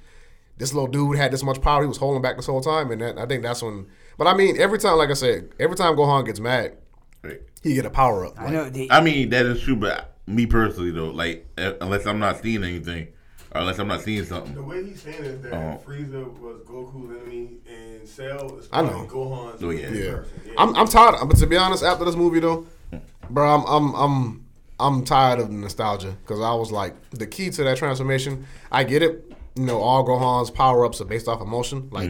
Speaker 1: this little dude had this much power, he was holding back this whole time and that, I think that's when but I mean every time like I said, every time Gohan gets mad,
Speaker 2: Right.
Speaker 1: he get a power up.
Speaker 3: I
Speaker 1: Like,
Speaker 3: know. The,
Speaker 2: I mean, that is true, but me personally though, like uh, unless I'm not seeing anything, or unless I'm not seeing
Speaker 4: The
Speaker 2: something.
Speaker 4: way he's saying is that
Speaker 2: Oh.
Speaker 4: Frieza was Goku's enemy and Cell is
Speaker 1: I
Speaker 4: probably
Speaker 1: know.
Speaker 4: Gohan's
Speaker 2: Oh, yeah.
Speaker 4: enemy
Speaker 1: yeah.
Speaker 4: person. Yeah.
Speaker 1: I'm I'm tired but to be honest, after this movie though, bro, I'm I'm I'm I'm tired of nostalgia because I was like the key to that transformation. I get it, you know. All Gohan's power ups are based off emotion. Like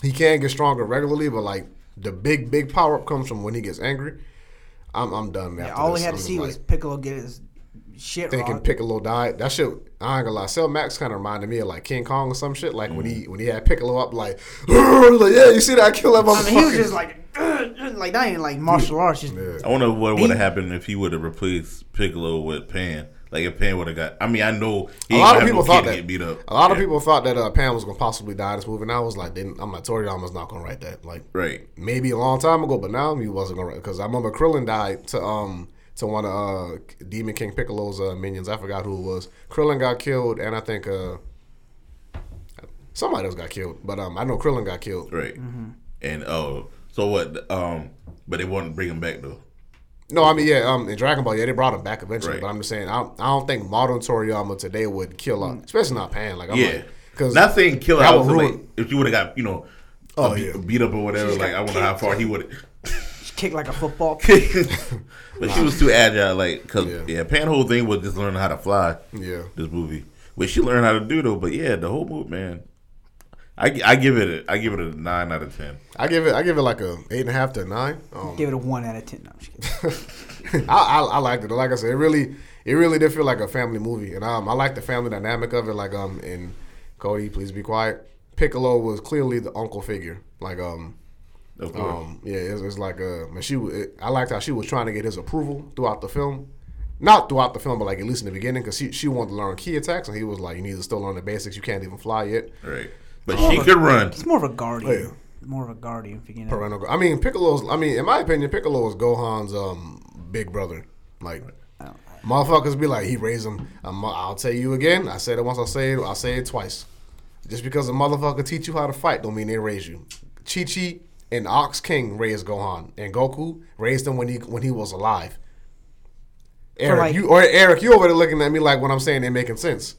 Speaker 1: he can get stronger regularly, but like the big big power up comes from when he gets angry. I'm I'm done.
Speaker 3: yeah,
Speaker 1: after
Speaker 3: all
Speaker 1: this.
Speaker 3: he had
Speaker 1: I'm
Speaker 3: to
Speaker 1: just
Speaker 3: see
Speaker 1: like,
Speaker 3: was Piccolo get his shit
Speaker 1: thinking
Speaker 3: wrong.
Speaker 1: Piccolo died. That shit, I ain't gonna lie. Cell Max kind of reminded me of like King Kong or some shit. Like when he when he had Piccolo up, like, <laughs> like, yeah, you see that I kill that
Speaker 3: I mean, he was
Speaker 1: motherfucker.
Speaker 3: just like, like <clears throat> that ain't like martial arts. Just,
Speaker 2: I wonder what would have happened if he would have replaced Piccolo with Pan. Like if Pan would have got, I mean, I know he
Speaker 1: A
Speaker 2: ain't
Speaker 1: lot
Speaker 2: gonna
Speaker 1: of
Speaker 2: have
Speaker 1: people
Speaker 2: no
Speaker 1: thought
Speaker 2: kid to
Speaker 1: that.
Speaker 2: get beat up.
Speaker 1: A lot of
Speaker 2: Yeah.
Speaker 1: people thought that uh, Pam was gonna possibly die in this movie, and I was like, didn't, I'm like, Toriyama's not gonna write that. Like,
Speaker 2: Right.
Speaker 1: maybe a long time ago, but now he wasn't gonna write because I remember Krillin died to um to one of uh, Demon King Piccolo's uh, minions. I forgot who it was. Krillin got killed, and I think uh somebody else got killed, but um I know Krillin got killed.
Speaker 2: Right.
Speaker 3: Mm-hmm.
Speaker 2: And oh, so what? Um, but they wouldn't bring him back though.
Speaker 1: No, I mean yeah, um in Dragon Ball, yeah, they brought him back eventually,
Speaker 2: Right.
Speaker 1: but I'm just saying I don't, I don't think modern Toriyama today would kill, uh, especially not Pan. Like I'm
Speaker 2: Mm. Yeah.
Speaker 1: like, because
Speaker 2: Not saying kill
Speaker 1: that
Speaker 2: out.
Speaker 1: would
Speaker 2: so, like,
Speaker 1: ruin-
Speaker 2: if you would have got, you know,
Speaker 1: Oh,
Speaker 2: a beat,
Speaker 1: yeah.
Speaker 2: beat up or whatever.
Speaker 3: She just
Speaker 2: Like I
Speaker 3: got
Speaker 2: wonder how far he would.
Speaker 3: She kicked like a football.
Speaker 2: <laughs> but she was too agile, like because
Speaker 1: Yeah.
Speaker 2: yeah. Panhole thing was just learning how to fly.
Speaker 1: Yeah.
Speaker 2: This movie, which she learned how to do though. But yeah, the whole movie, man. I, gi- I give it a, I give it a nine out of ten.
Speaker 1: I give it I give it like a eight and a half to a nine. Um,
Speaker 3: Give it a one out of ten. No, I'm just kidding.
Speaker 1: <laughs> I, I I liked it. Like I said, it really it really did feel like a family movie, and um, I like the family dynamic of it. Like um, and Cody, please be quiet. Piccolo was clearly the uncle figure. Like um,
Speaker 2: Of course.
Speaker 1: um, yeah, it's, it's like uh, man, she. wa- It, I liked how she was trying to get his approval throughout the film, not throughout the film, but like at least in the beginning, because she she wanted to learn key attacks, and he was like, you need to still learn the basics. You can't even fly yet.
Speaker 2: right. But she could run.
Speaker 3: It's more of a guardian.
Speaker 1: Oh, yeah.
Speaker 3: More of a guardian
Speaker 1: <laughs>
Speaker 3: figure. You know.
Speaker 1: Parental. I mean, Piccolo's. I mean, in my opinion, Piccolo is Gohan's um big brother. Like, motherfuckers be like, he raised him. Um, I'll tell you again. I said it once. I'll say it. I'll say it twice. Just because a motherfucker teach you how to fight, don't mean they raise you. Chi Chi and Ox King raised Gohan, and Goku raised him when he when he was alive. Eric,
Speaker 3: like-
Speaker 1: you or Eric, you over there looking at me like what I'm saying ain't making sense.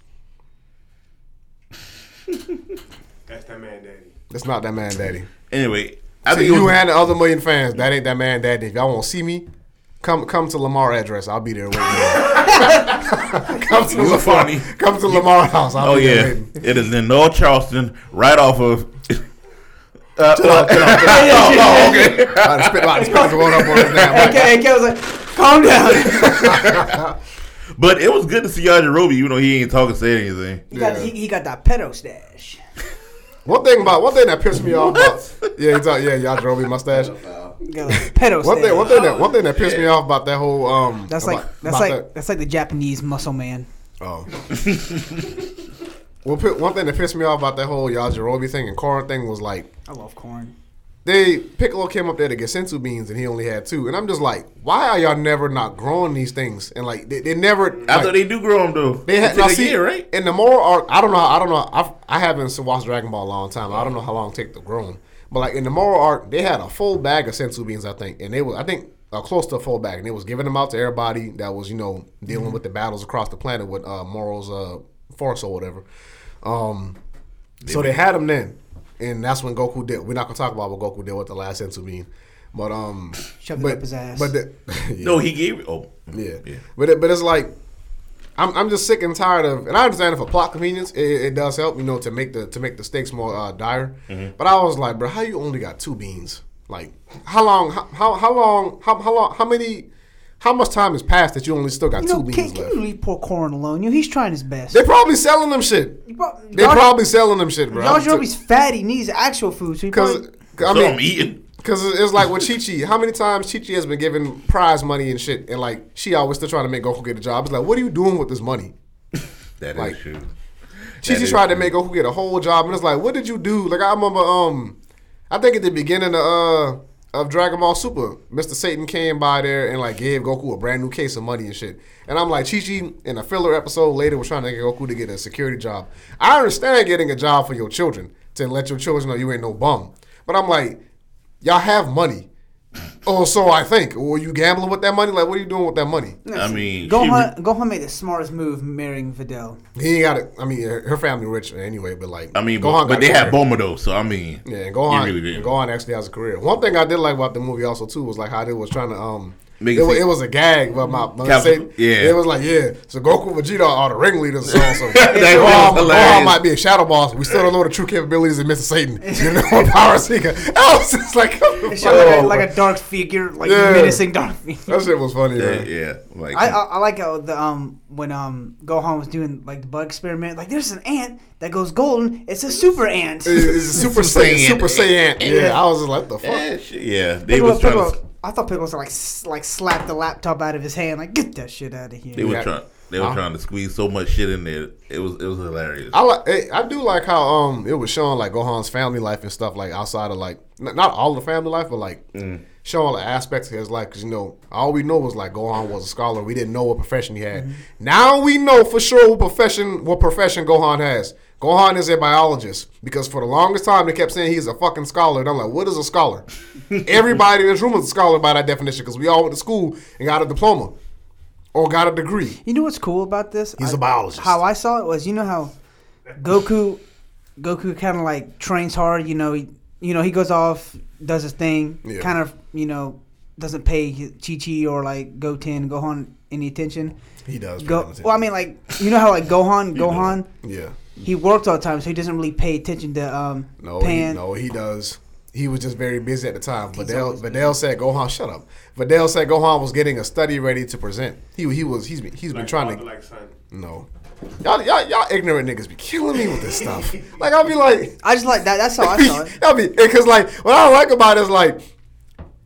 Speaker 4: That's that man, daddy.
Speaker 1: That's not that man, daddy.
Speaker 2: Anyway, I
Speaker 1: to
Speaker 2: think it
Speaker 1: you
Speaker 2: was-
Speaker 1: and the other million fans, that ain't that man, that if y'all won't see me, come come to Lamar address. I'll be there
Speaker 2: <laughs>
Speaker 1: waiting. come to
Speaker 2: You
Speaker 1: Lamar.
Speaker 2: funny.
Speaker 1: Come to Lamar house. I'll
Speaker 2: Oh
Speaker 1: be there
Speaker 2: yeah,
Speaker 1: waiting.
Speaker 2: it is in North Charleston, right off of. <laughs> Uh, oh, oh, okay.
Speaker 1: I spit, I spit the water up on his damn mic.
Speaker 3: Okay, okay, I was like, calm
Speaker 1: <laughs>
Speaker 3: down. he,
Speaker 2: But it was good to see Yajirobe, even though he ain't talking, say anything.
Speaker 3: got,
Speaker 1: Yeah.
Speaker 3: he, he got that pedo stash.
Speaker 1: One thing about one thing that pissed me off. About, yeah, you talk, yeah, y'all drove me mustache.
Speaker 3: He got like pedo
Speaker 1: One
Speaker 3: stash.
Speaker 1: thing, one thing that one thing that pissed me off about that whole um.
Speaker 3: that's
Speaker 1: about-
Speaker 3: like that's
Speaker 1: about
Speaker 3: like
Speaker 1: that-
Speaker 3: that's like the Japanese muscle man.
Speaker 1: Oh.
Speaker 2: <laughs>
Speaker 1: well, pi- one thing that pissed me off about that whole Yajirobe thing and Corin thing was like
Speaker 3: I love corn.
Speaker 1: they Piccolo came up there to get sensu beans and he only had two. And I'm just like, why are y'all never not growing these things? And like they, they never.
Speaker 2: I
Speaker 1: like,
Speaker 2: thought they do grow him though.
Speaker 1: they had
Speaker 2: It took
Speaker 1: now,
Speaker 2: a
Speaker 1: see,
Speaker 2: year, right?
Speaker 1: In the moral arc, I don't know. I don't know. I've, I haven't watched Dragon Ball in a long time. I don't know how long it take to grow them. But like in the moral arc, they had a full bag of sensu beans, I think, and they was I think uh, close to a full bag, and they was giving them out to everybody that was you know dealing with the battles across the planet with uh, Moral's uh, force or whatever. Um, so they had him then, and that's when Goku did. We're not gonna talk about what Goku did with the last sensu bean, but um,
Speaker 3: Shoved it
Speaker 1: but,
Speaker 3: up his ass.
Speaker 1: But the, yeah.
Speaker 2: No, he gave. Oh,
Speaker 1: Yeah.
Speaker 2: yeah.
Speaker 1: But it, but it's like I'm, I'm just sick and tired of, and I understand it for plot convenience, it, it does help, you know, to make the to make the stakes more uh, dire. But I was like, bro, how you only got two beans? Like, how long? How how, how long? How, how long? How many? How much time has passed that you only still got
Speaker 3: You
Speaker 1: two
Speaker 3: know, can,
Speaker 1: beans
Speaker 3: can
Speaker 1: left?
Speaker 3: you leave poor corn alone? You know, he's trying his best.
Speaker 1: They probably selling them shit.
Speaker 3: You prob-
Speaker 1: They
Speaker 3: Yaj-
Speaker 1: probably selling them shit, bro. <laughs>
Speaker 3: Yajirobe's fat. He needs actual food. So he
Speaker 1: because
Speaker 3: probably,
Speaker 1: I
Speaker 2: so
Speaker 1: mean,
Speaker 2: I'm eating.
Speaker 1: Cause it- it's like with Chi Chi, how many times Chi Chi has been given prize money and shit, and like she always still trying to make Goku get a job. It's like, what are you doing with this money?
Speaker 2: That is
Speaker 1: Like-
Speaker 2: true.
Speaker 1: She
Speaker 2: That
Speaker 1: just
Speaker 2: is
Speaker 1: tried to
Speaker 2: true.
Speaker 1: make Goku get a whole job, and it's like, what did you do? Like I remember, um, I think at the beginning of, uh, of Dragon Ball Super, Mister Satan came by there and like gave Goku a brand new case of money and shit. And I'm like, Chi Chi in a filler episode later was trying to get Goku to get a security job. I understand getting a job for your children to let your children know you ain't no bum, but I'm like, y'all have money. Oh, so I think. Were you gambling with that money? Like, what are you doing with that money?
Speaker 2: I mean,
Speaker 3: Gohan, Gohan made the smartest move marrying Videl.
Speaker 1: He ain't got it. I mean, her her family rich anyway, but like,
Speaker 2: I mean,
Speaker 1: Gohan
Speaker 2: but, but
Speaker 1: got
Speaker 2: they
Speaker 1: it
Speaker 2: had
Speaker 1: rich.
Speaker 2: Boma though, so I mean, eh,
Speaker 1: Yeah, and
Speaker 2: you
Speaker 1: Gohan,
Speaker 2: really didn't.
Speaker 1: Gohan actually has a career. One thing I did like about the movie also too was like how they was trying to um.
Speaker 2: Make
Speaker 1: It,
Speaker 2: it
Speaker 1: wa-
Speaker 2: fit.
Speaker 1: it was a gag, but my my
Speaker 2: Cap-
Speaker 1: say-
Speaker 2: yeah.
Speaker 1: it was like yeah. So Goku, Vegeta are the ringleaders, so,
Speaker 2: <laughs>
Speaker 1: so
Speaker 2: That
Speaker 1: Gohan-
Speaker 2: was hilarious.
Speaker 1: Gohan might be a shadow boss. We still don't know the true capabilities of Mr.
Speaker 3: <laughs>
Speaker 1: Satan. You know, power seeker. That was just like, <laughs>
Speaker 3: It showed like, a,
Speaker 1: Oh,
Speaker 3: like a dark figure, like
Speaker 1: Yeah.
Speaker 3: menacing dark figure.
Speaker 1: that shit was funny.
Speaker 2: Yeah,
Speaker 1: man.
Speaker 2: yeah, like
Speaker 3: I, I, I like how the um when um Gohan was doing like the bug experiment. Like there's an ant that goes golden. It's a super ant.
Speaker 1: It-
Speaker 3: <laughs>
Speaker 1: It's a Super
Speaker 2: Super
Speaker 1: Saiyan,
Speaker 2: Saiyan.
Speaker 1: Super Saiyan. Yeah, I was just like, what the fuck.
Speaker 2: Eh, shit, yeah, they
Speaker 3: Piccolo-
Speaker 2: was trying.
Speaker 3: Piccolo-
Speaker 2: to,
Speaker 3: I thought Piccolo was like s- like slap the laptop out of his hand. Like get that shit out of here.
Speaker 2: they were
Speaker 1: Yeah.
Speaker 2: trying. They were
Speaker 1: Huh?
Speaker 2: trying to squeeze so much shit in there. It was it was hilarious.
Speaker 1: I like eh, I do like how um it was showing like Gohan's family life and stuff like outside of like n- not all the family life but like showing the aspects of his life because you know all we know was like Gohan was a scholar we didn't know what profession he had now we know for sure what profession what profession Gohan has Gohan is a biologist because for the longest time they kept saying he's a fucking scholar and I'm like what is a scholar everybody in this room is a scholar by that definition because we all went to school and got a diploma or got a degree
Speaker 3: You know what's cool about this?
Speaker 1: He's
Speaker 3: a
Speaker 1: a biologist.
Speaker 3: How I saw it was, you know how Goku, Goku kind of like trains hard. You know, he, you know, he goes off, does his thing,
Speaker 1: Yeah.
Speaker 3: kind of, you know, doesn't pay Chi Chi or like Goten, Gohan any attention.
Speaker 1: He does. pay
Speaker 3: Go,
Speaker 1: them attention.
Speaker 3: well, I mean, like you know how like
Speaker 1: <laughs>
Speaker 3: Gohan, Gohan,
Speaker 1: yeah.
Speaker 3: he works all the time, so he doesn't really pay attention to um
Speaker 1: No, he,
Speaker 3: Pan.
Speaker 1: no, he does. He was just very busy at the time. Vidal,
Speaker 3: always busy.
Speaker 1: Vidal said Gohan, shut up. Vidal said Gohan was getting a study ready to present. He he was he's been, he's been
Speaker 4: Like
Speaker 1: trying
Speaker 4: father,
Speaker 1: to
Speaker 4: like son.
Speaker 1: no. Y'all, y'all y'all ignorant niggas be killing me with this
Speaker 4: <laughs>
Speaker 1: stuff. like I'll be like
Speaker 3: I just like that. That's how I saw it.
Speaker 1: <laughs> I mean, because like what I don't like about it is like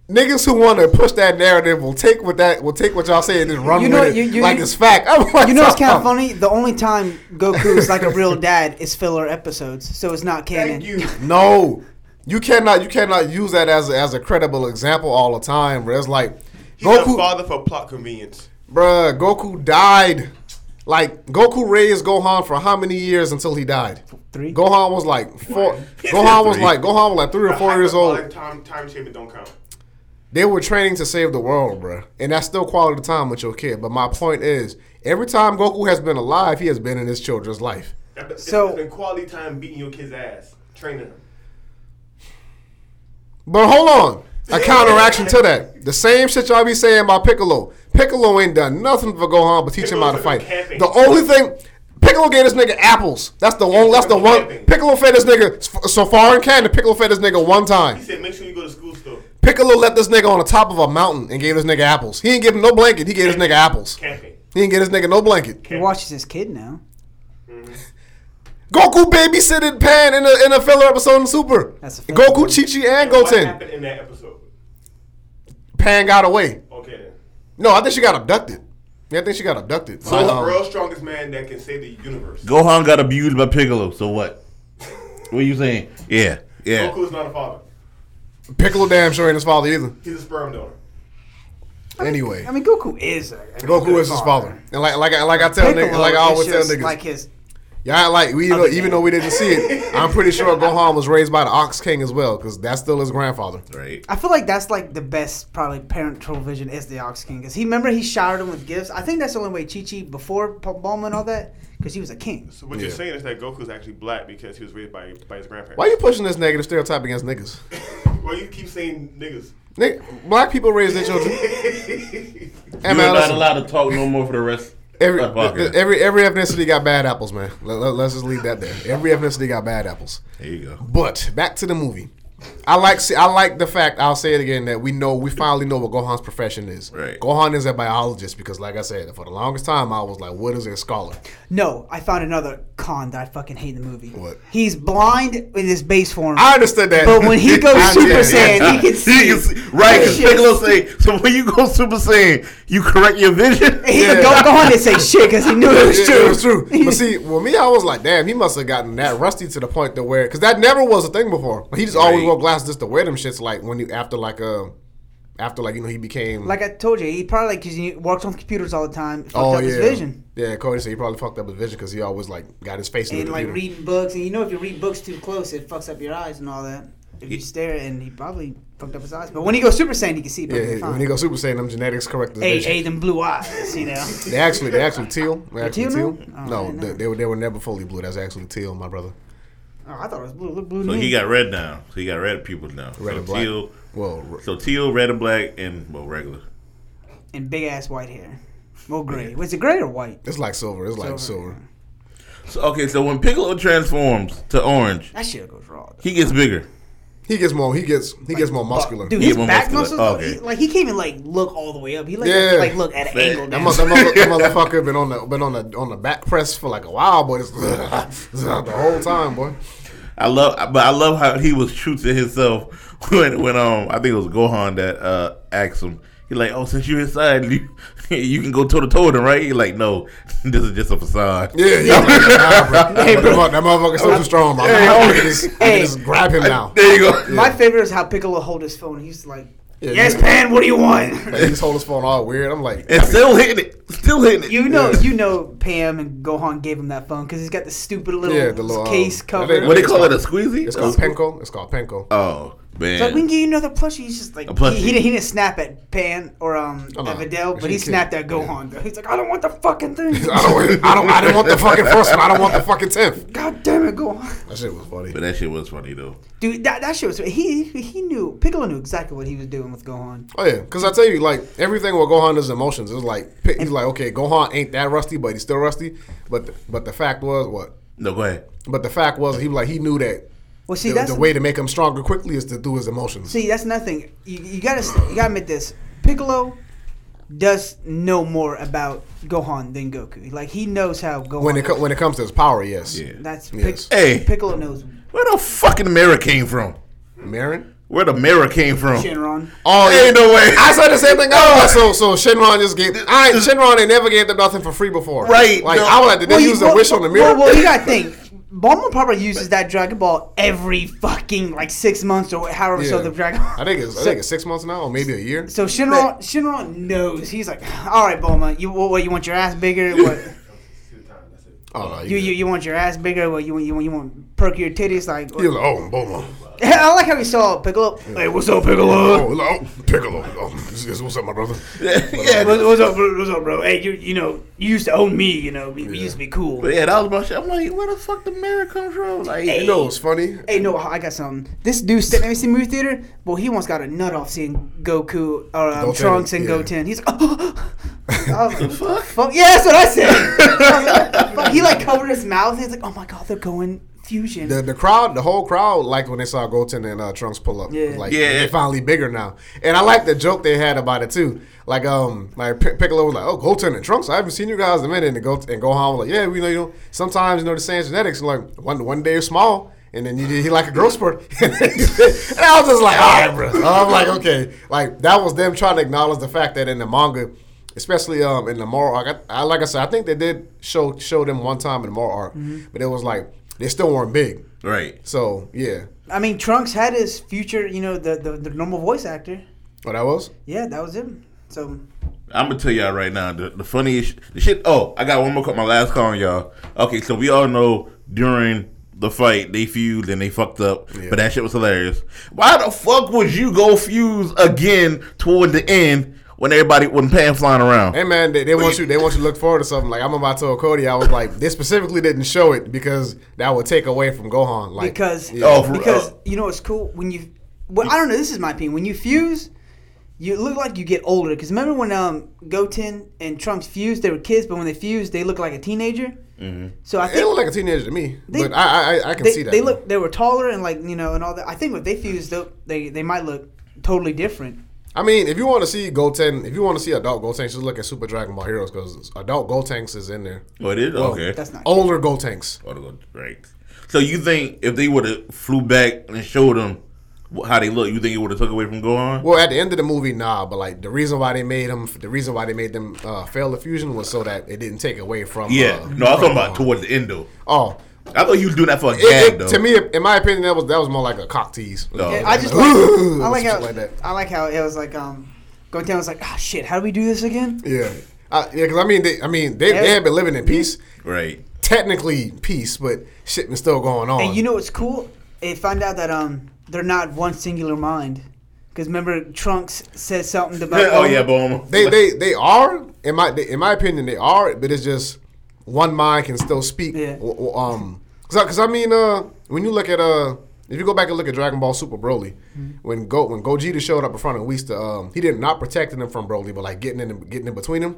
Speaker 1: niggas who want to push that narrative will take what that will take what y'all say and just run
Speaker 3: You know
Speaker 1: with
Speaker 3: what, you-
Speaker 1: it
Speaker 3: you-
Speaker 1: like
Speaker 3: you-
Speaker 1: it's fact. <laughs> I'm like,
Speaker 3: You know what's kind of
Speaker 1: stop.
Speaker 3: funny? The only time Goku is like a real dad is filler episodes, so it's not canon.
Speaker 4: Thank you.
Speaker 1: No, you cannot you cannot use that as a, as a credible example all the time. Where it's like
Speaker 4: He's a
Speaker 1: Goku,
Speaker 4: father for plot convenience.
Speaker 1: bruh, Goku died. Like Goku raised Gohan for how many years until he died?
Speaker 3: Three.
Speaker 1: Gohan was like four. Gohan was
Speaker 2: Three.
Speaker 1: like Gohan was like three or
Speaker 4: The
Speaker 1: four years old.
Speaker 4: hyperbolic Time time chamber don't count.
Speaker 1: They were training to save the world, bruh. And that's still quality time with your kid. But my point is, every time Goku has been alive, he has been in his children's life.
Speaker 4: That- that-
Speaker 3: So-
Speaker 4: it's been quality time beating your kid's ass, training him.
Speaker 1: But hold on. A counteraction to that. The same shit y'all be saying about Piccolo. Piccolo ain't done nothing for Gohan but teach him how to
Speaker 4: Piccolo
Speaker 1: fight.
Speaker 4: took him camping.
Speaker 1: The only thing Piccolo gave this nigga apples. That's the one.
Speaker 4: took
Speaker 1: That's the
Speaker 4: him
Speaker 1: one.
Speaker 4: camping.
Speaker 1: Piccolo fed this nigga so far in Canada. Piccolo fed this nigga one
Speaker 4: He
Speaker 1: time.
Speaker 4: said, make sure you go to school still.
Speaker 1: Piccolo left this nigga on the top of a mountain and gave this nigga apples. He didn't give him no blanket. He gave this nigga apples.
Speaker 4: Camping.
Speaker 1: He didn't give this nigga no blanket.
Speaker 3: He watches his kid now.
Speaker 1: Goku babysitted Pan in a, in a filler episode in Super.
Speaker 3: That's a fact.
Speaker 1: Goku, Chi Chi, and
Speaker 4: What
Speaker 1: Goten.
Speaker 4: happened in that episode?
Speaker 1: Pan got away.
Speaker 4: Okay then.
Speaker 1: No, I think she got abducted. Yeah, I think she got abducted.
Speaker 4: So
Speaker 1: By,
Speaker 4: the
Speaker 1: um,
Speaker 4: world's strongest man that can save the universe.
Speaker 2: Gohan got abused by Piccolo. So what? What you saying? Yeah, yeah.
Speaker 4: Goku is not a father.
Speaker 1: Piccolo damn sure ain't his father either.
Speaker 4: He's a sperm donor.
Speaker 1: Anyway,
Speaker 3: I mean, Goku is. A, a
Speaker 1: Goku is his father, and like like I- like I tell niggas,
Speaker 3: Piccolo
Speaker 1: like I
Speaker 3: is
Speaker 1: always tell
Speaker 3: just
Speaker 1: niggas,
Speaker 3: Like his.
Speaker 1: y'all like we even though,
Speaker 3: Other
Speaker 1: even
Speaker 3: than-
Speaker 1: though we didn't see
Speaker 3: <laughs>
Speaker 1: it, I'm pretty sure Gohan was raised by the Ox King as well, because that's still his grandfather.
Speaker 2: Right.
Speaker 3: I feel like that's like the best probably parental vision is the Ox King because he remember he showered him with gifts. I think that's the only way Chi Chi before P- Bulma and all that because he was a king.
Speaker 4: So what
Speaker 1: Yeah.
Speaker 4: you're saying is that Goku's actually black because he was raised by, by his grandparents.
Speaker 1: Why you pushing this negative stereotype against niggas?
Speaker 4: <laughs> Why you keep saying niggas?
Speaker 1: Nig- black people raise their children.
Speaker 2: You're
Speaker 1: And man,
Speaker 2: not
Speaker 1: listen,
Speaker 2: allowed to talk no more for the rest.
Speaker 1: every,
Speaker 2: of the podcast.
Speaker 1: every every ethnicity got bad apples, man. Let, let, let's just leave that there. Every ethnicity got bad apples.
Speaker 2: there you go.
Speaker 1: But back to the movie. I like see, I like the fact I'll say it again that we know we finally know what Gohan's profession is.
Speaker 2: Right.
Speaker 1: Gohan is a biologist because, like I said, for the longest time I was like, "What is a scholar?"
Speaker 3: No, I found another con that I fucking hate in the movie.
Speaker 1: What?
Speaker 3: He's blind in his base form.
Speaker 1: I understood that,
Speaker 3: But when he goes
Speaker 1: <laughs> I
Speaker 3: Super
Speaker 2: <laughs>
Speaker 1: understand that.
Speaker 3: Saiyan, he can see.
Speaker 2: right, because
Speaker 3: Shit.
Speaker 2: Piccolo say, so when you go Super Saiyan, you correct your vision?
Speaker 3: he
Speaker 1: yeah.
Speaker 3: could go, go on
Speaker 1: <laughs>
Speaker 3: and say shit because he knew it was
Speaker 1: Yeah,
Speaker 3: true.
Speaker 1: it was true. But see, with me, I was like, "Damn, he must have gotten that rusty to the point to where because that never was a thing before. He just always
Speaker 2: Right.
Speaker 1: wore glasses just to wear them shits. Like when you after like uh after like you know he became
Speaker 3: <laughs> Like I told you, he probably because he works on computers all the time. Fucked
Speaker 1: oh
Speaker 3: up
Speaker 1: yeah
Speaker 3: his vision.
Speaker 1: yeah Cody said he probably fucked up his vision because he always like got his face in
Speaker 3: and
Speaker 1: the
Speaker 3: like
Speaker 1: computer.
Speaker 3: reading books, and you know if you read books too close, it fucks up your eyes and all that. If you stare, and he probably fucked up his eyes. But when he goes Super Saiyan, he can see
Speaker 1: yeah,
Speaker 3: perfectly
Speaker 1: when he
Speaker 3: fine.
Speaker 1: goes Super Saiyan, them genetics correct his
Speaker 3: Hey,
Speaker 1: vision.
Speaker 3: hey, them blue eyes, <laughs>
Speaker 1: <laughs>
Speaker 3: you know.
Speaker 1: They actually, they actually teal. They actually
Speaker 3: teal
Speaker 1: teal.
Speaker 3: now? Oh, I
Speaker 1: no,
Speaker 3: didn't
Speaker 1: they,
Speaker 3: know.
Speaker 1: they were they were never fully blue. That's actually teal, my brother.
Speaker 3: Oh, I thought it was blue. Look blue.
Speaker 2: <laughs>
Speaker 3: to
Speaker 2: So
Speaker 3: me.
Speaker 2: he got red now. So he got red pupils now.
Speaker 1: Red
Speaker 2: so
Speaker 1: and black.
Speaker 2: Teal,
Speaker 1: Well, r-
Speaker 2: so teal, red and black, and, well, regular.
Speaker 3: and big ass white hair. Well, gray. Was it gray or white?
Speaker 1: it's like silver. It's like
Speaker 3: Silver.
Speaker 1: silver.
Speaker 2: So, okay, so when Piccolo transforms to orange,
Speaker 3: That shit goes raw. Though.
Speaker 2: he gets bigger.
Speaker 1: He gets more. He gets he gets more muscular.
Speaker 3: Dude,
Speaker 2: He
Speaker 3: his
Speaker 2: more
Speaker 3: back
Speaker 2: muscular.
Speaker 3: muscles, though,
Speaker 2: Okay.
Speaker 3: he, like he can't even like look all the way up. He like,
Speaker 1: Yeah.
Speaker 3: like look at an
Speaker 2: Fat.
Speaker 3: angle
Speaker 1: That,
Speaker 3: down.
Speaker 1: mother, that, mother, that motherfucker been on the been on the on the back press for like a while, but <laughs> it's the whole time, boy.
Speaker 2: I love, but I love how he was true to himself <laughs> when, when um, I think it was Gohan that uh asked him. He like, oh, since you're his side, you, <laughs> you can go toe to toe with him, right? He like, no, <laughs> this is just a facade.
Speaker 1: Yeah, yeah.
Speaker 3: <laughs>
Speaker 1: nah, bro. That mother- that motherfucker's still too strong, bro. I
Speaker 3: oh.
Speaker 1: can just, I can just grab him now.
Speaker 2: There you go.
Speaker 3: My favorite is how Piccolo hold his phone. He's like,
Speaker 1: Yeah,
Speaker 3: "Yes,
Speaker 1: yeah.
Speaker 3: Pan, what do you want?"
Speaker 1: Like, he just hold his phone all weird. I'm like,
Speaker 2: <laughs> And still hitting it, still hitting it.
Speaker 3: <laughs> You know, you know, Pam and Gohan gave him that phone because he's got the stupid little,
Speaker 1: Yeah, the little, um,
Speaker 3: case
Speaker 1: that
Speaker 3: cover.
Speaker 1: ain't-
Speaker 2: what they call it, a squeezy?
Speaker 1: it's called
Speaker 2: Oh,
Speaker 1: Penko. It's called Penko.
Speaker 2: Oh man,
Speaker 3: It's like we can give you another plushie. He's just like
Speaker 2: A plushie.
Speaker 3: He, he, didn't, he didn't snap at Pan or um
Speaker 1: Oh, no.
Speaker 3: at Videl, but
Speaker 1: He
Speaker 3: he
Speaker 1: kid.
Speaker 3: snapped at Gohan.
Speaker 1: <laughs>
Speaker 3: Though. He's like, I don't want the fucking thing.
Speaker 1: I don't, I don't, I didn't want the fucking first one. I don't want the fucking tenth.
Speaker 3: God damn remember Gohan.
Speaker 1: That shit was funny.
Speaker 2: But that shit was funny though.
Speaker 3: Dude, that, that shit was. He he knew. Piccolo knew exactly what he was doing with Gohan.
Speaker 1: Oh yeah, because I tell you, like everything with Gohan is emotions. It's like pick- he's like, okay, Gohan ain't that rusty, but he's still rusty. But but the fact was what?
Speaker 2: No, go ahead.
Speaker 1: But the fact was he like he knew that
Speaker 3: Well, see,
Speaker 1: the,
Speaker 3: that's
Speaker 1: the way to make him stronger quickly is to do his emotions.
Speaker 3: See, that's nothing. You, you gotta you gotta admit this. Piccolo does know more about Gohan than Goku. Like he knows how Gohan.
Speaker 1: when it co- when it comes to his power, yes.
Speaker 2: Yeah.
Speaker 3: that's
Speaker 1: Yes.
Speaker 3: Pic-
Speaker 2: Hey.
Speaker 3: Piccolo knows
Speaker 2: Where the fucking mirror came from?
Speaker 1: Marin.
Speaker 2: Where the mirror came from?
Speaker 3: Shenron.
Speaker 1: Oh,
Speaker 2: Ain't no way. <laughs>
Speaker 1: I said the same thing. Oh, so so Shinron just gave. I ain't, Shinron ain't never gave them nothing for free before.
Speaker 2: Right,
Speaker 1: Like
Speaker 2: no.
Speaker 1: I was like, did they
Speaker 3: you-
Speaker 1: use a wish on the mirror?
Speaker 3: Well, well, you gotta think. Bulma probably uses that Dragon Ball every fucking like six months or however. So
Speaker 1: Yeah.
Speaker 3: the Dragon.
Speaker 1: I think it's I think it's six months now, or maybe a year.
Speaker 3: So Shinron, Shinron knows. He's like, all right, Bulma, you what, what, you want your ass bigger?
Speaker 1: <laughs>
Speaker 3: What
Speaker 1: oh, no,
Speaker 3: you, you you want your ass bigger? What you want you want you want perk your titties? Like,
Speaker 1: You're like, oh, Boma.
Speaker 3: <laughs> I like how he saw Piccolo. Hey, what's up, Piccolo?
Speaker 1: Oh, oh, Piccolo. Oh, this is- what's up, my brother?
Speaker 2: yeah,
Speaker 3: What-
Speaker 2: but,
Speaker 3: What's up, bro? What's up, bro? Hey, you, you know, you used to own me. You know, we, we used to be cool.
Speaker 2: but yeah, that was my shit. I'm like, where the fuck the mirror come from? Like,
Speaker 1: You know what's funny?
Speaker 3: Hey, no, I got something. This dude sitting at the movie theater. Well, he once got a nut off seeing Goku or um,
Speaker 1: Goten,
Speaker 3: Trunks and
Speaker 1: yeah.
Speaker 3: Goten. He's
Speaker 1: <laughs>
Speaker 3: like, <laughs> oh. I was like,
Speaker 2: fuck?
Speaker 3: fuck. Yeah, that's what I said. I
Speaker 1: <laughs>
Speaker 3: was like, "What the fuck?" He like covered his mouth. He's like, oh my god, they're going fusion.
Speaker 1: The, the crowd, the whole crowd liked when they saw Goten and uh, Trunks pull up.
Speaker 3: Yeah.
Speaker 1: Like,
Speaker 2: Yeah.
Speaker 1: they finally bigger now. And I like the joke they had about it, too. Like, um, like Pic- Piccolo was like, oh, Goten and Trunks, I haven't seen you guys in a minute. And, Go- and Gohan was like, yeah, we know, you know, sometimes, you know, the same genetics. And like, one, one day you're small. And then you did, he like a growth spurt. <laughs> and I was just like, all right, bro. <laughs> I'm like, okay. Like, that was them trying to acknowledge the fact that in the manga, especially um in the moral arc, I, I like I said, I think they did show show them one time in the moral arc, but it was like, they still weren't big.
Speaker 2: right.
Speaker 1: So yeah.
Speaker 3: I mean, Trunks had his future. You know, the, the the normal voice actor.
Speaker 1: Oh, that was?
Speaker 3: Yeah, that was him. So
Speaker 2: I'm gonna tell y'all right now the, the funniest the shit. Oh, I got one more call. My last call on y'all. Okay, so we all know during the fight they fused and they fucked up, but that shit was hilarious. Why the fuck would you go fuse again toward the end when everybody when Pan flying around?
Speaker 1: Hey man, they, they want you they want you to look forward to something. Like I'm about to tell Cody, I was like, they specifically didn't show it because that would take away from Gohan. Like
Speaker 3: because
Speaker 1: Yeah.
Speaker 2: Oh, for-
Speaker 3: because
Speaker 2: oh.
Speaker 3: you know it's cool when you well I don't know this is my opinion when you fuse you look like you get older because remember when um Goten and Trunks fused they were kids but when they fused they looked like a teenager so I
Speaker 1: Mm-hmm. they
Speaker 3: think
Speaker 1: look like a teenager to me.
Speaker 3: They-
Speaker 1: but I I, I can
Speaker 3: they,
Speaker 1: see that.
Speaker 3: they
Speaker 1: though.
Speaker 3: look they were taller and like you know and all that I think if they fused they they, they might look totally different
Speaker 1: I mean, if you want to see Goten, if you want to see adult Gotenks, just look at Super Dragon Ball Heroes because adult Gotenks is in there.
Speaker 2: Oh, it is okay.
Speaker 3: that's not
Speaker 1: Older Gotenks.
Speaker 2: Oh, to go- right. So you think if they would have flew back and showed them wh- how they look, you think it would have took away from Gohan?
Speaker 1: Well, at the end of the movie, nah. But like the reason why they made them, the reason why they made them uh, fail the fusion was so that it didn't take away from.
Speaker 2: yeah.
Speaker 1: uh,
Speaker 2: no, I'm talking
Speaker 1: from
Speaker 2: about
Speaker 1: Gohan.
Speaker 2: towards the end though.
Speaker 1: Oh,
Speaker 2: I thought you was doing that for a
Speaker 1: It-
Speaker 2: gag
Speaker 1: it-
Speaker 2: though.
Speaker 1: to me, in my opinion, that was that was more like a cock tease.
Speaker 2: No. Yeah,
Speaker 3: I
Speaker 1: <laughs>
Speaker 3: just like, I like how
Speaker 1: Something like that.
Speaker 3: I like how it was like um Goten was like ah shit how do we do this again
Speaker 1: Yeah, I, yeah, because I mean, they, I mean, they, they
Speaker 3: Yeah.
Speaker 1: had been living in peace,
Speaker 2: right.
Speaker 1: technically peace, but shit was still going on.
Speaker 3: And you know what's cool? They find out that um they're not one singular mind. Because remember, Trunks said something about.
Speaker 2: <laughs>
Speaker 3: um,
Speaker 2: oh yeah, boom.
Speaker 1: um, they they they are in my they, in my opinion they are, but it's just one mind can still speak.
Speaker 3: Yeah.
Speaker 1: W- w- Um, because I mean, uh, when you look at uh. If you go back and look at Dragon Ball Super Broly,
Speaker 3: Mm-hmm.
Speaker 1: when Go when Gogeta showed up in front of Whis, to, um, he did not protecting him from Broly, but like getting in getting in between him.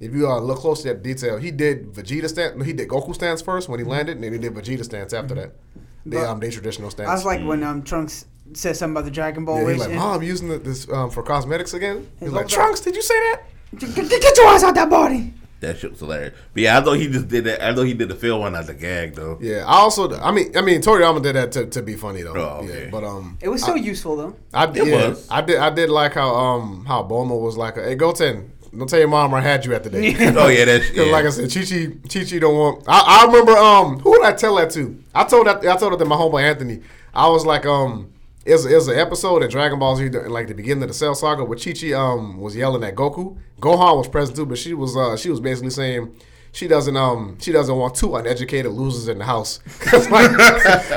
Speaker 1: If you uh, look close to that detail, he did Vegeta stance. He did Goku stance first when he landed, and then he did Vegeta stance after that. They
Speaker 3: Mm-hmm. But-
Speaker 1: um they traditional stance.
Speaker 3: I was like when um Trunks said something about the Dragon Ball
Speaker 1: Yeah, he's
Speaker 3: race.
Speaker 1: like,
Speaker 3: and-
Speaker 1: Mom, using the, this um, for cosmetics again? He's
Speaker 3: It's
Speaker 1: like,
Speaker 3: all about-
Speaker 1: Trunks, did you say that?
Speaker 3: Get, get- get your ass out that body.
Speaker 2: That shit was hilarious. But yeah, I thought he just did that. I thought he did the fail one as a gag though.
Speaker 1: Yeah, I also, I mean, I mean, Toriyama did that to, to be funny though.
Speaker 2: Oh, okay.
Speaker 1: Yeah, but um,
Speaker 3: It was so useful though.
Speaker 1: I
Speaker 2: It
Speaker 1: yeah,
Speaker 2: was.
Speaker 1: I did, I did like how um how Bulma was like, hey Goten, don't tell your mom I had you at the day.
Speaker 2: <laughs> Oh yeah, that's
Speaker 1: <laughs>
Speaker 2: yeah.
Speaker 1: Cause like I said, Chi Chi, Chi Chi don't want. I, I remember. Um, who did I tell that to? I told that. I told it to my homeboy Anthony. I was like, um, it's it's an episode in Dragon Ball Z, like the beginning of the Cell Saga, where Chi Chi um was yelling at Goku. Gohan was present too, but she was uh she was basically saying she doesn't um she doesn't want two uneducated losers in the house. <laughs> It's like-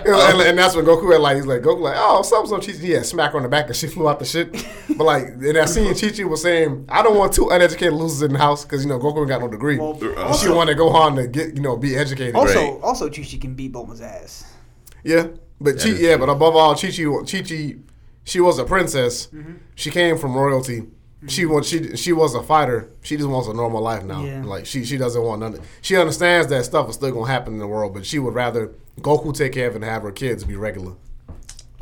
Speaker 1: you know, and, and that's when Goku had like he's like Goku like oh some some Chi Chi yeah smack her on the back and she <laughs> flew out the shit. But like in that scene Chi Chi was saying I don't want two uneducated losers in the house because you know Goku ain't got no degree.
Speaker 3: Well,
Speaker 1: And she
Speaker 2: also-
Speaker 1: wanted Gohan to get you know be educated.
Speaker 3: Also, also Chuchi can beat Bulma's ass.
Speaker 1: Yeah, but Chi,
Speaker 2: is
Speaker 1: yeah, but above all, Chi Chi, Chi Chi, she was a princess.
Speaker 3: Mm-hmm.
Speaker 1: She came from royalty. She was she she was a fighter. She just wants a normal life now.
Speaker 3: Yeah.
Speaker 1: Like she she doesn't want none. She understands that stuff is still gonna happen in the world, but she would rather Goku take care of it and have her kids be regular.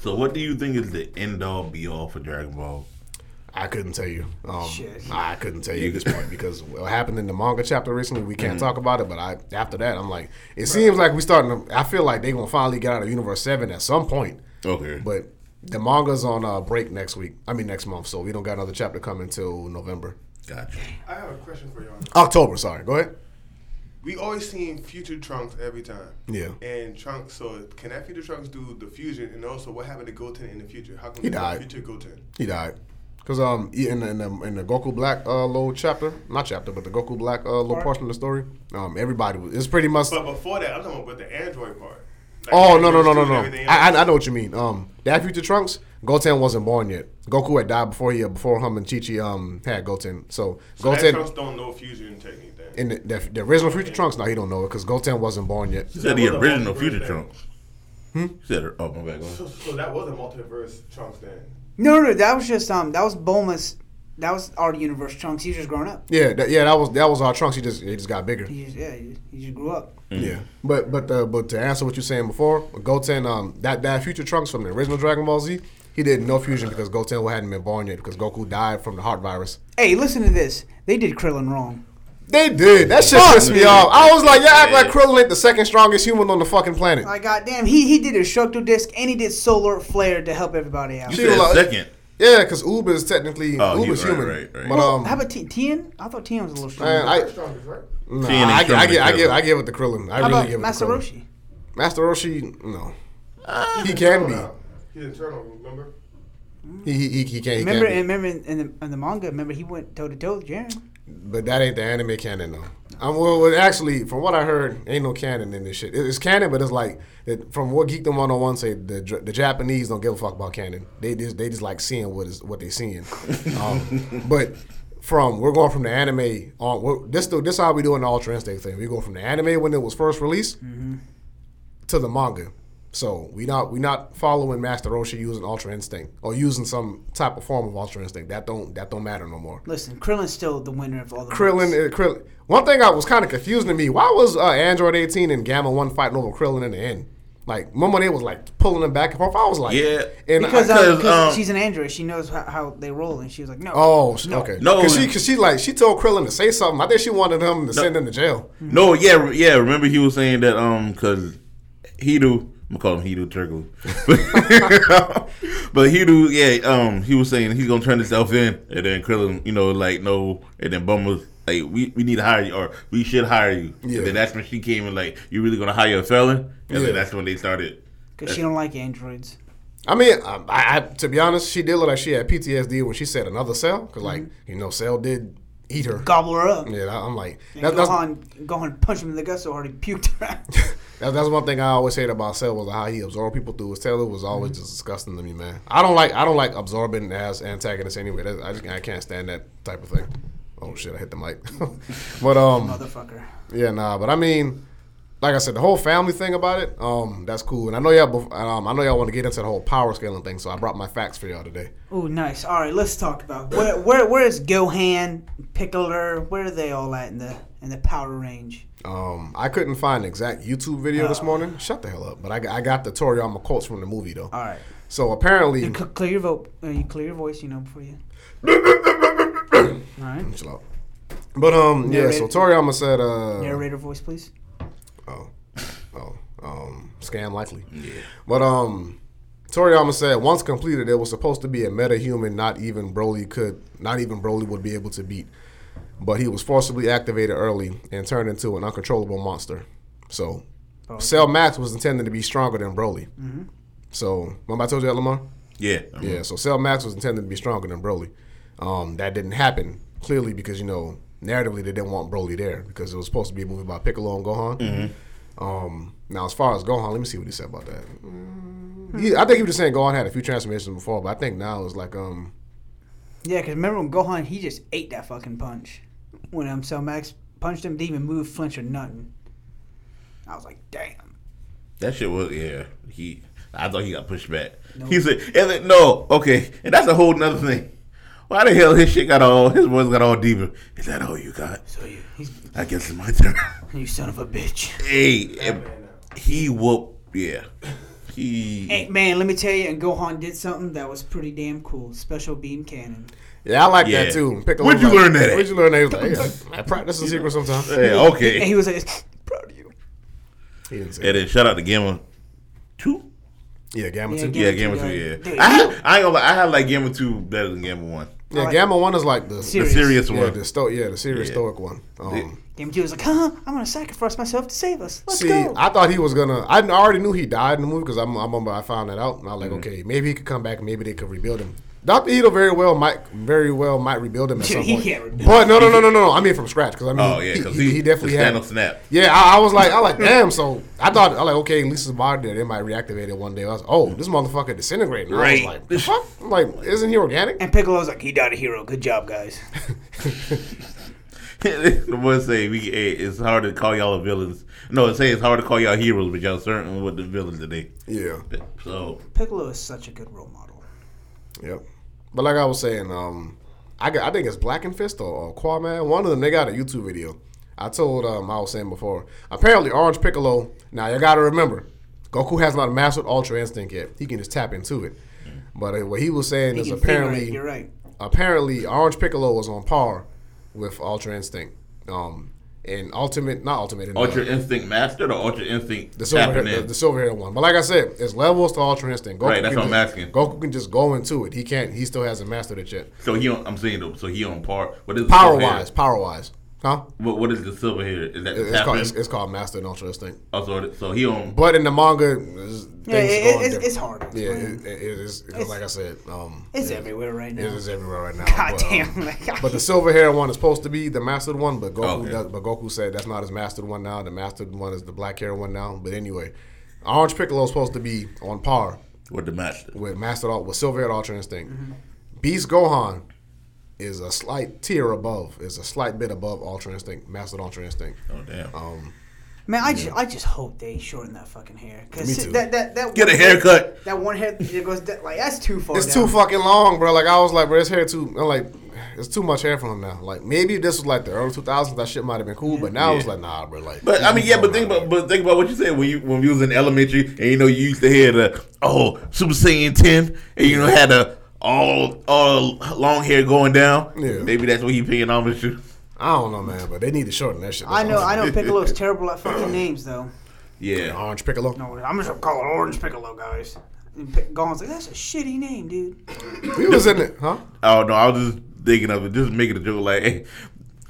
Speaker 2: So what do you think is the end all be all for Dragon Ball?
Speaker 1: I couldn't tell you. Um,
Speaker 3: Shit.
Speaker 1: I couldn't tell you at this point because what happened in the manga chapter recently, we can't talk about it. But I after that, I'm like, it seems like we starting. to I feel like they gonna finally get out of Universe Seven at some point.
Speaker 2: Okay.
Speaker 1: But the manga's on uh, break next week. I mean next month, so we don't got another chapter coming till November,
Speaker 2: Gotcha.
Speaker 4: I have a question for y'all.
Speaker 1: October. Sorry, go ahead.
Speaker 4: We always seen future Trunks every time.
Speaker 1: Yeah.
Speaker 4: And Trunks, so can that future Trunks do the fusion? And also, what happened to Goten in the future? How come
Speaker 1: He
Speaker 4: there's no
Speaker 1: died.
Speaker 4: Future Goten.
Speaker 1: He died because um in the, in the in the Goku Black uh, little chapter, not chapter, but the Goku Black uh, little portion of the story, um everybody was it's pretty much.
Speaker 4: But before that, I'm talking about the android part. Like,
Speaker 1: Oh no no no no
Speaker 4: Android two and
Speaker 1: no!
Speaker 4: everything
Speaker 1: I,
Speaker 4: else.
Speaker 1: I I know what you mean. Um, that future Trunks, Goten wasn't born yet. Goku had died before he uh, before him and Chi Chi um had Goten. So,
Speaker 4: So that
Speaker 1: Goten
Speaker 4: Trunks don't know fusion technique. Then.
Speaker 1: in the, the, the original future Trunks, no, he don't know it because Goten wasn't born yet.
Speaker 2: You said the
Speaker 4: That was a
Speaker 2: original
Speaker 4: multiverse
Speaker 2: Future
Speaker 4: thing.
Speaker 2: Trunks. Hmm? You said, oh, my bad. Go ahead.
Speaker 4: So, so that was a multiverse Trunks then.
Speaker 3: No, no, no, that was just um, that was Bulma's, that was our universe Trunks. He was just grown up.
Speaker 1: Yeah, that, yeah, that was that was our trunks. He just he just got bigger.
Speaker 3: He just yeah, he just, he just grew up.
Speaker 1: Yeah, but but uh, but to answer what you're saying before, Goten, um, that that future trunks from the original Dragon Ball Z, he did no fusion because Goten hadn't been born yet because Goku died from the heart virus.
Speaker 3: Hey, listen to this. They did Krillin wrong.
Speaker 1: They did that shit pissed me off. I was like, yeah, act like Krillin ain't the second strongest human on the fucking planet.
Speaker 3: Like goddamn, he he did instructor disc and he did solar flare to help everybody out.
Speaker 2: You
Speaker 1: She
Speaker 2: said
Speaker 1: was like-
Speaker 2: second.
Speaker 1: Yeah, because Uber is technically
Speaker 2: Oh, he-
Speaker 1: Uber's
Speaker 2: right,
Speaker 1: human.
Speaker 2: right, right.
Speaker 1: But um,
Speaker 3: Oh, How about T- Tien? I thought Tien was a little strong.
Speaker 1: man, I.
Speaker 4: Strongest, right?
Speaker 1: Nah,
Speaker 2: Seeing
Speaker 1: I,
Speaker 2: him
Speaker 1: I, give, I
Speaker 2: Krillin.
Speaker 1: give I give it to Krillin. I
Speaker 3: How
Speaker 1: really
Speaker 3: about
Speaker 1: give it
Speaker 3: Master
Speaker 1: to Krillin.
Speaker 3: Roshi?
Speaker 1: Master Roshi, no,
Speaker 2: Ah,
Speaker 1: he can be.
Speaker 4: He's internal, remember?
Speaker 1: He he, he, he can. He
Speaker 3: Remember,
Speaker 1: can be.
Speaker 3: and remember in, in the in the manga, remember he went toe to toe with Jiren.
Speaker 1: But that ain't the anime canon though. Um, well, well, actually, from what I heard, ain't no canon in this shit. It- It's canon, but it's like that- from what Geekdom 101 say, the J- the Japanese don't give a fuck about canon. They just they just like seeing what is what they seeing. Um, but from we're going from the anime on. We're, this do- this how we doing the Ultra Instinct thing. We go from the anime when it was first released to the manga. So we not we not following Master Roshi using Ultra Instinct or using some type of form of Ultra Instinct. That don't that don't matter no more.
Speaker 3: Listen, Krillin's still the winner of all the
Speaker 1: Krillin,
Speaker 3: votes.
Speaker 1: uh, Krillin. One thing I was kind of confusing to me: why was uh, Android 18 and Gamma One fighting over Krillin in the end? Like, remember they was like pulling him back and forth. I was like,
Speaker 2: Yeah.
Speaker 1: and
Speaker 3: because,
Speaker 1: I,
Speaker 3: um,
Speaker 2: because,
Speaker 3: because
Speaker 2: um,
Speaker 3: she's an android, she knows how, how they roll, and she was like, no.
Speaker 1: oh, sh- okay,
Speaker 2: No.
Speaker 1: because she, cause she like she told Krillin to say something. I think she wanted him to send him to jail.
Speaker 2: No, yeah, re- yeah. Remember he was saying that um, cause Hidu, I'm gonna call him Hidu Turkle, <laughs> but Hidu, yeah, um, he was saying he's gonna turn himself in, and then Krillin, you know, like no, and then Bummer, like we, we need to hire you, or we should hire you.
Speaker 1: Yeah.
Speaker 2: And then that's when she came and like, you really gonna hire a felon? And
Speaker 1: Yeah.
Speaker 2: then that's when they started.
Speaker 3: Because she don't like androids.
Speaker 1: I mean, I, I, I to be honest, she did look like she had PTSD when she said another cell because like
Speaker 3: Mm-hmm.
Speaker 1: you know, cell did eat her.
Speaker 3: Gobble her up.
Speaker 1: Yeah, that- I'm like
Speaker 3: And
Speaker 1: that, that's
Speaker 3: Gohan, Gohan punched him in the gut so hard he puked her out.
Speaker 1: <laughs> That, that's one thing I always hated about Cell was how he absorbed people through his tail. It was always
Speaker 3: Mm-hmm.
Speaker 1: just disgusting to me, man. I don't like I don't like absorbing as antagonists anyway. That, I just I can't stand that type of thing. Oh shit! I hit the mic. <laughs> but um,
Speaker 3: Motherfucker.
Speaker 1: yeah, nah. But I mean, like I said, the whole family thing about it, um, that's cool. And I know y'all, bef- um, I know y'all want to get into the whole power scaling thing, so I brought my facts for y'all today.
Speaker 3: Oh, nice. All right, let's talk about where where where is Gohan, Piccolo? Where are they all at in the in the power range?
Speaker 1: Um, I couldn't find an exact YouTube video
Speaker 3: Uh,
Speaker 1: this morning. Shut the hell up! But I, got- I got the Toriyama quotes from the movie though.
Speaker 3: All right,
Speaker 1: So apparently,
Speaker 3: you c- clear your vote. Uh, you clear your voice, you know, before you. all right,
Speaker 1: Chill out. But um, yeah. So
Speaker 3: Narrator.
Speaker 1: Toriyama said, uh,
Speaker 3: narrator voice, please.
Speaker 1: oh, oh, um, scam likely. But um, Toriyama said once completed, it was supposed to be a meta human. Not even Broly could, not even Broly would be able to beat. But he was forcibly activated early and turned into an uncontrollable monster. So, Cell Max was intended to be stronger than Broly. So, remember I told you that Lamar.
Speaker 2: Yeah,
Speaker 1: Yeah, so Cell Max was intended to be stronger than Broly. Um, that didn't happen clearly because you know narratively they didn't want Broly there because it was supposed to be a movie about Piccolo and Gohan.
Speaker 2: Mm-hmm.
Speaker 1: Um, now, as far as Gohan, let me see what he said about that. He- I think he was just saying Gohan had a few transformations before, but I think now it's like um,
Speaker 3: Yeah, because remember when Gohan, he just ate that fucking punch. When um, Cell Max punched him, didn't even move, flinch, or nothing. I was like, damn.
Speaker 2: That shit was yeah. He I thought he got pushed back.
Speaker 3: No.
Speaker 2: He said and then, no, okay. And that's a whole nother thing. Why the hell his shit got all his voice got all deeper? Is that all you got?
Speaker 3: So you, he's,
Speaker 2: I guess it's my turn. <laughs>
Speaker 3: you son of a bitch.
Speaker 2: hey, and he whooped yeah. He
Speaker 3: Hey, man, let me tell you, and Gohan did something that was pretty damn cool. Special beam cannon.
Speaker 1: yeah, I like
Speaker 2: Yeah.
Speaker 1: that too. Piccolo
Speaker 2: Where'd you
Speaker 1: was like-
Speaker 2: learn that at?
Speaker 1: Where'd you learn that? He was
Speaker 2: <laughs>
Speaker 1: like, yeah, I practice the secret sometimes.
Speaker 2: Yeah,
Speaker 3: And
Speaker 2: okay.
Speaker 3: he was like, <laughs> proud of you.
Speaker 1: He didn't say
Speaker 2: And then shout out to Gamma Two.
Speaker 1: Yeah, Gamma
Speaker 3: Yeah,
Speaker 1: Two.
Speaker 3: Gamma
Speaker 2: Yeah,
Speaker 3: Two,
Speaker 2: Gamma Two.
Speaker 3: yeah.
Speaker 2: Yeah,
Speaker 3: Dude,
Speaker 2: I,
Speaker 3: you-
Speaker 2: had, I ain't gonna lie. I had like Gamma Two better than Gamma One.
Speaker 1: Yeah, Gamma One is like the
Speaker 2: The
Speaker 3: Serious.
Speaker 2: serious
Speaker 1: yeah,
Speaker 2: one.
Speaker 1: the sto- yeah, the serious
Speaker 2: Yeah.
Speaker 1: stoic one. Um,
Speaker 2: Yeah.
Speaker 3: Game 2 was like, huh, I'm going to sacrifice myself to save us. Let's
Speaker 1: See,
Speaker 3: go.
Speaker 1: I thought he was gonna. I kn- already knew he died in the movie because I'm, I'm, I'm- I found that out, and I was like,
Speaker 2: Mm-hmm.
Speaker 1: okay, maybe he could come back, maybe they could rebuild him. Doctor Ito very well might, very well might rebuild him at
Speaker 3: Dude,
Speaker 1: some
Speaker 3: <laughs> he
Speaker 1: point.
Speaker 3: can't rebuild
Speaker 1: But no, no, no, no, no, no. I mean from scratch because I mean,
Speaker 2: Oh yeah,
Speaker 1: he,
Speaker 2: because
Speaker 1: he-
Speaker 2: he,
Speaker 1: he definitely
Speaker 2: the
Speaker 1: had.
Speaker 2: Thanos snap.
Speaker 1: Yeah, I, I was like, I like, damn. So I thought, I like, okay, at least his body there. They might reactivate it one day. I was, oh, this motherfucker disintegrating. I was
Speaker 2: Right.
Speaker 1: like, the fuck? I'm like, isn't he organic?
Speaker 3: and Piccolo's like, he died a hero. Good job, guys.
Speaker 2: the boy say we eh, it's hard to call y'all villains. No, it say it's hard to call y'all heroes, but y'all certain with the villains today.
Speaker 1: Yeah.
Speaker 2: So
Speaker 3: Piccolo is such a good role model.
Speaker 1: Yep. But like I was saying, um, I got, I think it's Black and Fist or, or Quaman. One of them they got a YouTube video. I told um I was saying before. Apparently Orange Piccolo. Now you got to remember, Goku has not mastered Ultra Instinct yet. He can just tap into it. But uh, what he was saying
Speaker 3: He
Speaker 1: is
Speaker 3: can figure it,
Speaker 1: apparently
Speaker 3: You're right.
Speaker 1: apparently Orange Piccolo was on par with Ultra Instinct. Um, and Ultimate, not Ultimate, in the-
Speaker 2: Ultra Instinct Mastered or Ultra Instinct
Speaker 1: the silver,
Speaker 2: tapping
Speaker 1: the,
Speaker 2: in.
Speaker 1: the silver hair one. But like I said, it's levels to Ultra Instinct. Goku
Speaker 2: Right, that's
Speaker 1: can
Speaker 2: what I'm
Speaker 1: just-
Speaker 2: asking.
Speaker 1: Goku can just go into it. He can't. He still hasn't mastered it yet.
Speaker 2: so he on, I'm saying though, so he on par. What is the
Speaker 1: Power
Speaker 2: silver hair?
Speaker 1: wise, power wise, huh?
Speaker 2: What, what is the silver hair? Is that
Speaker 1: It-
Speaker 2: the
Speaker 1: It's called,
Speaker 2: tapping?
Speaker 1: it's, it's called Master and Ultra Instinct.
Speaker 2: Also, so he on.
Speaker 1: But in the manga, it's- things
Speaker 3: Yeah, it-
Speaker 1: going
Speaker 3: it- it's,
Speaker 1: different.
Speaker 3: it's hard. to
Speaker 1: Yeah,
Speaker 3: explain.
Speaker 1: it, it, it is. Because like I said, um,
Speaker 3: it's
Speaker 1: it-
Speaker 3: everywhere right now.
Speaker 1: It is everywhere right now.
Speaker 3: <laughs> God
Speaker 1: but, um,
Speaker 3: damn. Like,
Speaker 1: but the silver hair one is supposed to be the mastered one, but Goku
Speaker 2: Okay.
Speaker 1: does, but Goku said that's not his mastered one now. The mastered one is the black hair one now. But anyway, Orange Piccolo is supposed to be on par
Speaker 2: With the master.
Speaker 1: with Master Al- with Silver Head Ultra Instinct.
Speaker 3: Mm-hmm.
Speaker 1: Beast Gohan is a slight tier above, is a slight bit above Ultra Instinct, Master Ultra Instinct.
Speaker 2: Oh damn!
Speaker 3: <laughs> Man, I just, I just hope they shorten that fucking hair. Cause
Speaker 1: Me too.
Speaker 3: That, that, that
Speaker 2: Get a
Speaker 3: one-
Speaker 2: haircut.
Speaker 3: That one hair that goes da- like that's too
Speaker 2: Oh,
Speaker 3: far.
Speaker 1: It's
Speaker 3: down.
Speaker 1: too fucking long, bro. Like I was like, bro, his hair too. I'm like, it's too much hair for him now. Like maybe if this was like the early 2000s, that shit might have been cool, but now it's
Speaker 2: Yeah.
Speaker 1: like, nah, bro. Like,
Speaker 2: But I mean, yeah. But think about, but think about what you said when you when you was in elementary, and you know you used to hear the oh Super Saiyan ten, and you know had the all all long hair going down.
Speaker 1: Yeah.
Speaker 2: Maybe that's what he paying homage to.
Speaker 1: I don't know, man. But they need to shorten that shit.
Speaker 3: I know, I
Speaker 1: That's <laughs>
Speaker 3: know. Piccolo's terrible at fucking names, though.
Speaker 1: all.
Speaker 2: Yeah.
Speaker 1: Orange Piccolo.
Speaker 3: No, I'm just gonna call it Orange Piccolo, guys. And Pic- Gohan's like, that's a shitty name, dude.
Speaker 1: He was in it, huh?
Speaker 2: Oh no, I was just thinking of it, just making a joke like, hey,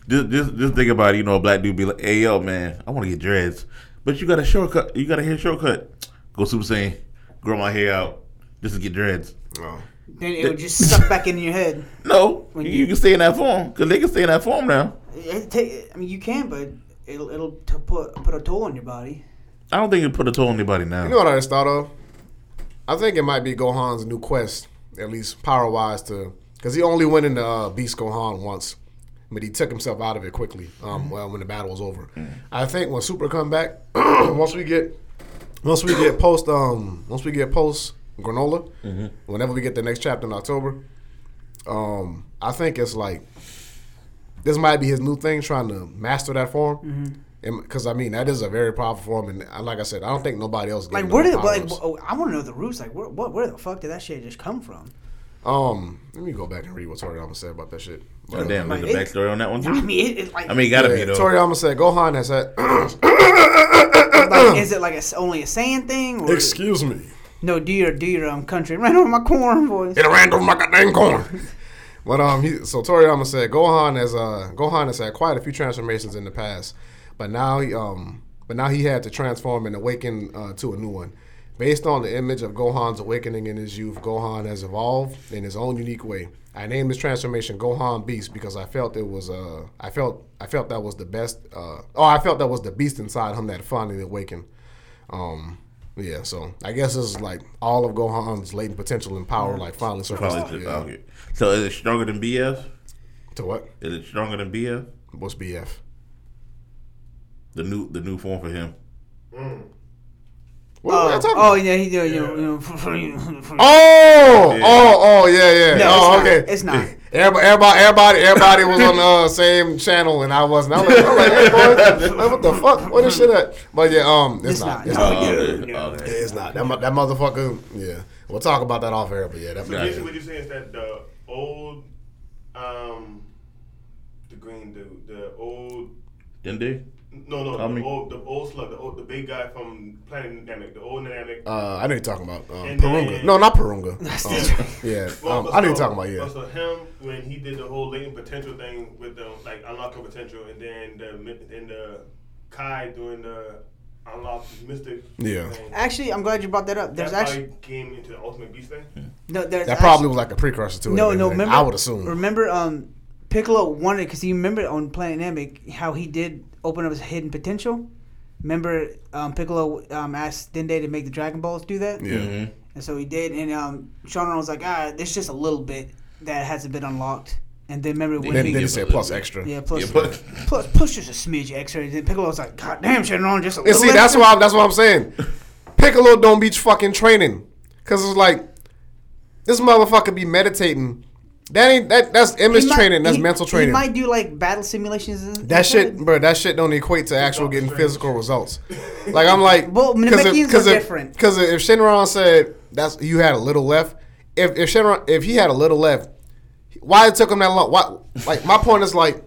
Speaker 2: just just just think about it, you know a black dude be like, hey yo man, I want to get dreads, but you got a shortcut, you got a hair shortcut. Go Super Saiyan, grow my hair out just to get dreads.
Speaker 1: No.
Speaker 3: Then it would just suck back in your head.
Speaker 2: No,
Speaker 3: When
Speaker 2: you,
Speaker 3: you-
Speaker 2: can stay in that form because they can stay in that form now.
Speaker 3: It ta- I mean, you can, but it'll it'll t- put put a toll on your body.
Speaker 2: I don't think it put a toll on anybody now.
Speaker 1: You know what I just thought of? I think it might be Gohan's new quest, at least power wise, to because he only went into uh, Beast Gohan once, but he took himself out of it quickly. Um,
Speaker 2: Mm.
Speaker 1: well, when the battle was over, I think when Super come back, <clears throat> once we get, once we get post, um, once we get post granola, whenever we get the next chapter in October, um, I think it's like this might be his new thing, trying to master that form. Because I mean, that is a very powerful form, and I- like I said, I don't think nobody else.
Speaker 3: Like,
Speaker 1: getting
Speaker 3: where
Speaker 1: no
Speaker 3: did like
Speaker 1: powers.
Speaker 3: oh, I want to know the roots. Like, where what where the fuck did that shit just come from?
Speaker 1: Um, let me go back and read what Toriyama said about that shit.
Speaker 2: Oh, damn,
Speaker 1: uh,
Speaker 2: there's a
Speaker 3: Like, it-
Speaker 2: backstory on that one
Speaker 3: I
Speaker 2: too.
Speaker 3: mean, it, it like,
Speaker 2: Mm. I mean, it
Speaker 1: yeah,
Speaker 2: gotta be though.
Speaker 1: Toriyama said Gohan has had.
Speaker 3: <coughs>
Speaker 1: <coughs>
Speaker 3: like, is it like a s only a saying thing? Or
Speaker 1: Excuse me.
Speaker 3: No, do your do your um country <laughs> right over my corn voice.
Speaker 1: It ran through my goddamn corn. <laughs> But um, he, so Toriyama said Gohan has uh Gohan has had quite a few transformations in the past, but now he um but now he had to transform and awaken uh, to a new one. Based on the image of Gohan's awakening in his youth, Gohan has evolved in his own unique way. I named this transformation Gohan Beast because I felt it was uh I felt I felt that was the best uh oh I felt that was the beast inside him that finally awakened. Um yeah, so I guess this is like all of Gohan's latent potential and power like finally surfaced.
Speaker 2: Probably-
Speaker 1: Yeah.
Speaker 2: okay. So is it stronger than BF?
Speaker 1: To what?
Speaker 2: Is it stronger than BF?
Speaker 1: What's BF?
Speaker 2: The new the new form for him.
Speaker 1: What were
Speaker 3: oh,
Speaker 1: we talking
Speaker 3: oh
Speaker 1: about?
Speaker 3: yeah, he do. You know, you know, you know.
Speaker 1: Oh,
Speaker 2: Yeah.
Speaker 1: oh, oh, yeah, yeah.
Speaker 3: No,
Speaker 1: oh,
Speaker 3: it's not.
Speaker 1: okay.
Speaker 3: It's not.
Speaker 1: Everybody, everybody, everybody, everybody was on the uh, same channel, and I wasn't. I was like, I'm like, hey, boy, like, what the fuck? What this shit at? But yeah, um, it's,
Speaker 3: It's
Speaker 1: not.
Speaker 3: not.
Speaker 1: It's
Speaker 3: No.
Speaker 1: not.
Speaker 3: Oh,
Speaker 2: Okay,
Speaker 3: yeah.
Speaker 2: okay.
Speaker 1: Yeah, it's not. That, mu- that motherfucker. Yeah, we'll talk about that off air. But yeah, that.
Speaker 4: So basically,
Speaker 1: motherfucker.
Speaker 4: what you're saying is that the old, um, the green dude, the old,
Speaker 2: Didn't they?
Speaker 4: no, no,
Speaker 2: Tell
Speaker 4: the
Speaker 2: me.
Speaker 4: old, the old slug, the old, the big guy from Planet Dynamic, the old Dynamic.
Speaker 1: Uh, I know you're talking about um,
Speaker 4: And
Speaker 1: Purunga.
Speaker 4: then-
Speaker 1: no, not Purunga. Um, yeah,
Speaker 4: Well,
Speaker 1: um,
Speaker 4: but
Speaker 1: I know you're
Speaker 4: so-
Speaker 1: talking about. Yeah,
Speaker 4: but So him when he did the whole latent potential thing with the like unlocking potential, and then the mi- and the Kai doing the unlock mystic.
Speaker 1: Yeah.
Speaker 4: Thing,
Speaker 3: Actually, I'm glad you brought that up. Uh, There's
Speaker 4: that's
Speaker 3: actually
Speaker 4: how he came into the ultimate beast thing.
Speaker 3: no. There's
Speaker 1: that
Speaker 3: actually-
Speaker 1: probably was like a precursor to it.
Speaker 3: No,
Speaker 1: and
Speaker 3: no.
Speaker 1: everything.
Speaker 3: Remember,
Speaker 1: I would assume.
Speaker 3: Remember, um, Piccolo wanted because he remembered on Planet Namek how he did open up his hidden potential. Remember, um, Piccolo um, asked Dende to make the Dragon Balls do that,
Speaker 1: yeah,
Speaker 2: Mm-hmm.
Speaker 3: and so he did. And um, Shonen was like, "Ah, there's just a little bit that hasn't been unlocked." And then remember when
Speaker 1: then,
Speaker 3: he
Speaker 1: then it said plus extra.
Speaker 3: yeah, plus,
Speaker 2: Yeah, but- <laughs>
Speaker 3: plus, plus just a smidge extra. And then Piccolo was like, "God damn, Shenron, just a
Speaker 1: And
Speaker 3: little."
Speaker 1: see, that's
Speaker 3: extra."
Speaker 1: why that's what I'm saying. Piccolo don't be fucking training, cause it's like this motherfucker be meditating. That ain't that. That's image
Speaker 3: He might-
Speaker 1: training. That's
Speaker 3: he-
Speaker 1: mental training.
Speaker 3: He might do like battle simulations. and-
Speaker 1: that
Speaker 3: and
Speaker 1: shit, bro. That shit don't equate to actual
Speaker 4: not
Speaker 1: getting
Speaker 4: training.
Speaker 1: physical results. Like I'm like,
Speaker 3: Well, Namekians are
Speaker 1: if,
Speaker 3: different.
Speaker 1: Because if Shenron said that's you had a little left, if if Shenron if he had a little left, why it took him that long? Why? Like my point is like.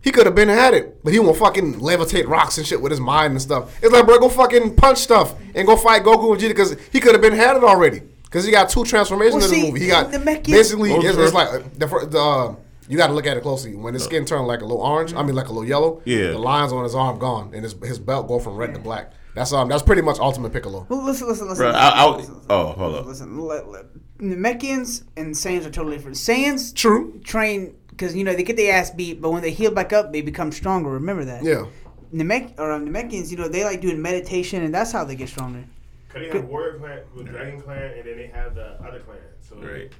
Speaker 1: He could have been had it, but he won't fucking levitate rocks and shit with his mind and stuff. It's like, bro, go fucking punch stuff and go fight Goku and Vegeta because he could have been had it already. Because he got two transformations
Speaker 3: Well,
Speaker 1: in the
Speaker 3: see,
Speaker 1: movie. He got
Speaker 3: the Namekian-
Speaker 1: basically it's, it's
Speaker 2: Those are-
Speaker 1: like uh, the, fir- the uh, you got to look at it closely. When his skin turned like a little orange, I mean like a little yellow,
Speaker 2: Uh. Yeah.
Speaker 1: the lines on his arm gone and his his belt go from red to black. That's um that's pretty much Ultimate Piccolo.
Speaker 3: Well, listen, listen, listen.
Speaker 2: Bro,
Speaker 3: listen,
Speaker 2: I, I,
Speaker 3: listen, listen,
Speaker 2: oh, hold up.
Speaker 3: listen, le- le- Namekians and Saiyans are totally different. Saiyans
Speaker 1: True.
Speaker 3: train because you know they get their ass beat, but when they heal back up, they become stronger. Remember that.
Speaker 1: Yeah.
Speaker 3: Namek or um, Namekians, you know, they like doing meditation, and that's how they get stronger.
Speaker 4: Cause they have warrior clan with dragon clan, and then they have the other clan. So
Speaker 2: Right.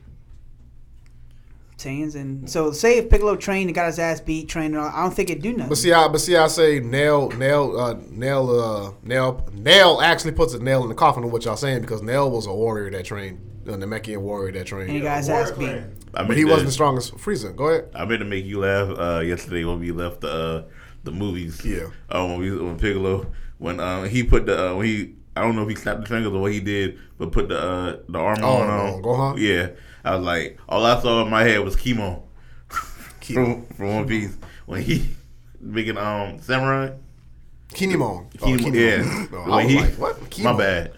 Speaker 3: Saiyans and so say if Piccolo trained and got his ass beat, trained, and all, I don't think it'd do nothing.
Speaker 1: But see, I but see, I say nail, nail, uh, nail, uh, nail, nail actually puts a nail in the coffin of what y'all saying because Nail was a warrior that trained, a Namekian warrior that
Speaker 2: Mm.
Speaker 3: and he
Speaker 1: trained,
Speaker 3: got his
Speaker 4: Warrior
Speaker 3: ass beat.
Speaker 4: clan.
Speaker 2: I mean,
Speaker 1: but he
Speaker 2: the-
Speaker 1: wasn't the strongest. Frieza, go ahead.
Speaker 2: I meant to make you laugh uh, yesterday when we left the uh, the movies.
Speaker 1: Yeah.
Speaker 2: Uh, when, we, when Piccolo, when um, he put the uh, when he I don't know if he snapped the fingers or what he did, but put the uh, the arm
Speaker 1: Oh,
Speaker 2: on
Speaker 1: no,
Speaker 2: on
Speaker 1: Gohan?
Speaker 2: Yeah, I was like, all I saw in my head was chemo from, from One Piece when he <laughs> making um samurai.
Speaker 1: Kinemon. Oh,
Speaker 2: Kimo, yeah.
Speaker 1: Kinemon. No, I
Speaker 2: When
Speaker 1: was
Speaker 2: he-
Speaker 1: like, what? Kinemon.
Speaker 2: My bad.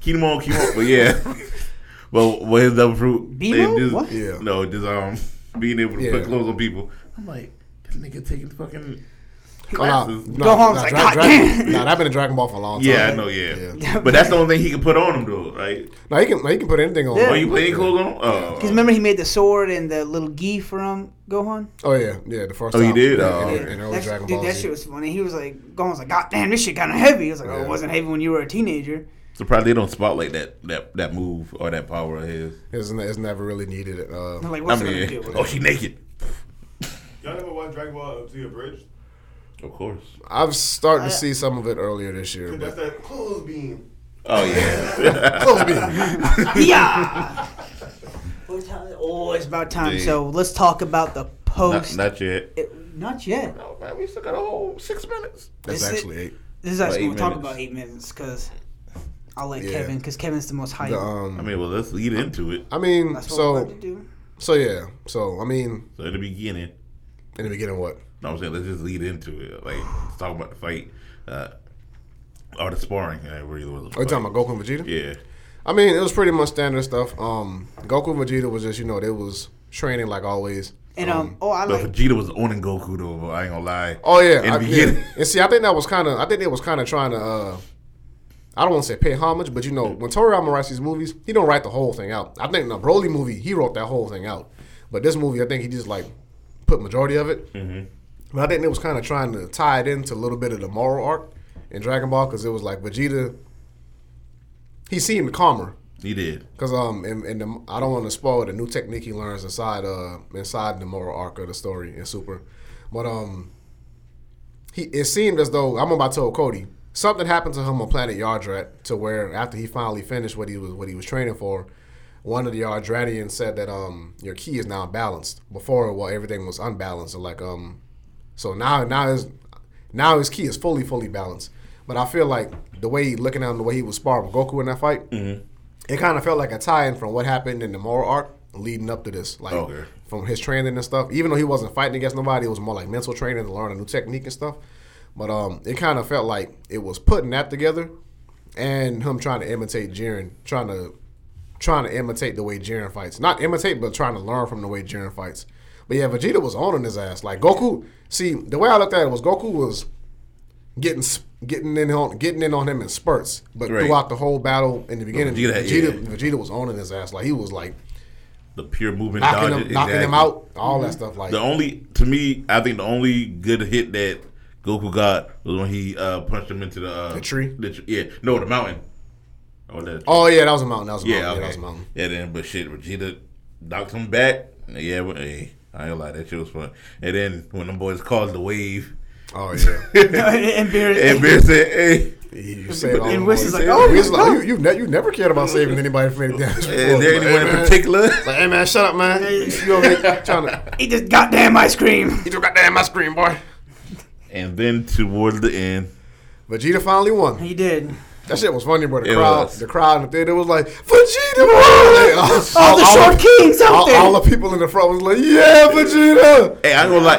Speaker 2: Kimo, Kimo, but yeah. <laughs> well, what his double fruit? they
Speaker 3: Bebo?
Speaker 2: just-
Speaker 3: What?
Speaker 1: Yeah.
Speaker 2: No, just um being able to
Speaker 1: Yeah.
Speaker 2: put clothes on people. I'm like, this nigga taking fucking
Speaker 1: Oh, nah,
Speaker 2: classes.
Speaker 1: nah,
Speaker 3: Go home,
Speaker 1: nah,
Speaker 3: it's like,
Speaker 1: Dra-
Speaker 3: God
Speaker 1: Dra-
Speaker 3: damn.
Speaker 1: Nah, I've been in Dragon Ball for a long time.
Speaker 2: Yeah, I know. Yeah,
Speaker 1: Yeah.
Speaker 2: but that's the only thing he can put on him though, right?
Speaker 1: No, he can, no, he can put anything on.
Speaker 3: Yeah.
Speaker 2: Oh, you put any clothes on?
Speaker 3: Because
Speaker 2: Oh,
Speaker 3: remember he made the sword and the little gi from Gohan.
Speaker 1: Oh yeah, yeah. The first.
Speaker 2: Oh, you
Speaker 1: time.
Speaker 2: did?
Speaker 1: Yeah,
Speaker 2: Oh,
Speaker 1: in-
Speaker 2: okay.
Speaker 1: in early
Speaker 3: That's-
Speaker 1: Dragon
Speaker 3: dude,
Speaker 1: Ball
Speaker 3: that
Speaker 1: Z.
Speaker 3: shit was funny. He was like, Gohan was like, God damn, this shit kind of heavy. He was like, Oh,
Speaker 1: Yeah.
Speaker 3: it wasn't heavy when you were a teenager.
Speaker 2: surprised they don't spotlight that that that move or that power of his.
Speaker 1: It's, ne- it's never really needed. Uh,
Speaker 3: I'm like,
Speaker 2: I
Speaker 3: what's it gonna
Speaker 2: mean,
Speaker 3: do?
Speaker 2: <laughs> oh, she naked.
Speaker 4: Y'all never watched Dragon Ball Z Abridged?
Speaker 2: Of course.
Speaker 1: I've started
Speaker 3: I-
Speaker 1: to see some of it earlier this year.
Speaker 4: Cause
Speaker 1: But
Speaker 4: that's that clothes beam.
Speaker 2: Oh yeah. <laughs>
Speaker 1: Close me.
Speaker 3: yeah. Oh, it's about time.
Speaker 2: Dude.
Speaker 3: So let's talk about the
Speaker 2: not,
Speaker 3: post.
Speaker 2: not yet.
Speaker 3: It- not yet.
Speaker 2: Oh man, we still got a whole six minutes.
Speaker 1: That's
Speaker 3: Is it-
Speaker 1: actually eight.
Speaker 3: This is actually we'll
Speaker 2: eight
Speaker 3: talk
Speaker 2: minutes.
Speaker 3: about eight minutes because I'll let
Speaker 1: Yeah.
Speaker 3: Kevin because Kevin's the most hype.
Speaker 1: The,
Speaker 2: I
Speaker 1: um,
Speaker 2: mean, well, let's lead into it.
Speaker 1: I mean,
Speaker 3: That's what we're about
Speaker 1: so
Speaker 3: to do.
Speaker 1: so yeah, so I mean,
Speaker 2: So in the beginning,
Speaker 1: in the beginning, what?
Speaker 2: no, I'm saying let's just lead into it. Like let's talk about the fight, uh, or the sparring. uh, I really wasn't.
Speaker 1: Are you talking about Goku and Vegeta?
Speaker 2: Yeah.
Speaker 1: I mean, it was pretty much standard stuff. Um, Goku and Vegeta was just you know they was training like always.
Speaker 3: And um, oh, I
Speaker 2: But
Speaker 3: like
Speaker 2: Vegeta was owning Goku though. but I ain't gonna lie.
Speaker 1: Oh yeah,
Speaker 2: In the
Speaker 1: I, yeah.
Speaker 2: beginning.
Speaker 1: And see, I think that was kind of, I think they was kind of trying to uh, I don't want to say pay homage, but you know, when Toriyama writes these movies, he don't write the whole thing out. I think in the Broly movie, he wrote that whole thing out. But this movie, I think he just like put majority of it.
Speaker 2: Mm-hmm.
Speaker 1: But I think they was kind of trying to tie it into a little bit of the moral arc in Dragon Ball because it was like Vegeta. He seemed calmer
Speaker 2: <laughs> He did.
Speaker 1: because um in, in the I don't want to spoil the new technique he learns inside uh inside the moral arc of the story in Super, but um he it seemed as though I'm about to tell Cody something happened to him on Planet Yardrat to where after he finally finished what he was what he was training for, one of the Yardratians said that um your key is now balanced. Before well everything was unbalanced and like um so now now his now his key is fully fully balanced. But I feel like the way he looking at him, the way he was sparring with Goku in that fight, it kind of felt like a tie-in from what happened in the moral arc leading up to this, like
Speaker 2: Okay.
Speaker 1: from his training and stuff. Even though he wasn't fighting against nobody, it was more like mental training to learn a new technique and stuff. But um, it kind of felt like it was putting that together, and him trying to imitate Jiren, trying to trying to imitate the way Jiren fights. Not imitate, but trying to learn from the way Jiren fights. But yeah, Vegeta was owning his ass. Like Goku, see the way I looked at it was Goku was getting s- getting in on getting in on him in spurts, but
Speaker 2: Right.
Speaker 1: throughout the whole battle in the beginning,
Speaker 2: Vegeta,
Speaker 1: Vegeta
Speaker 2: yeah.
Speaker 1: Vegeta, was owning his ass. Like he was like
Speaker 2: The pure movement,
Speaker 1: knocking him
Speaker 2: dodges,
Speaker 1: knocking him
Speaker 2: e- exactly.
Speaker 1: out, all that stuff. Like
Speaker 2: The only to me, I think the only good hit that Goku got was when he uh, punched him into the, uh,
Speaker 1: The tree?
Speaker 2: the tr- yeah, no, the mountain. Oh, that.
Speaker 1: oh yeah, that was a mountain. That was a
Speaker 2: yeah,
Speaker 1: mountain.
Speaker 2: okay.
Speaker 1: Yeah, that was a mountain.
Speaker 2: Yeah, then but shit, Vegeta knocked him back. Yeah, but, hey, I ain't gonna lie, that shit was fun. And then when them boys caused
Speaker 1: <laughs>
Speaker 2: the wave,
Speaker 1: Oh yeah,
Speaker 3: and Beerus-
Speaker 2: and Beer said, "Hey."
Speaker 1: you said all
Speaker 3: And
Speaker 1: the
Speaker 3: Whis
Speaker 1: way.
Speaker 3: is like, oh,
Speaker 1: Whis is
Speaker 3: my
Speaker 1: like,
Speaker 3: God.
Speaker 1: you you, ne- you never cared about saving anybody from any damage. <laughs>
Speaker 2: Is there
Speaker 1: Like,
Speaker 2: anyone
Speaker 1: hey,
Speaker 2: in
Speaker 1: man. <laughs>
Speaker 2: particular?
Speaker 1: Like, hey man, shut up, man. You over here trying to
Speaker 3: eat this goddamn ice cream.
Speaker 1: eat your goddamn ice cream, boy.
Speaker 2: And then towards the end,
Speaker 1: Vegeta finally won.
Speaker 3: He did.
Speaker 1: That shit was funny, bro. The
Speaker 2: It
Speaker 1: crowd,
Speaker 2: was.
Speaker 1: the crowd in the theater was like, Vegeta won! Like,
Speaker 3: All the short kings out
Speaker 1: all,
Speaker 3: there.
Speaker 1: all the people in the front was like, yeah, Vegeta.
Speaker 2: hey, I ain't gonna lie,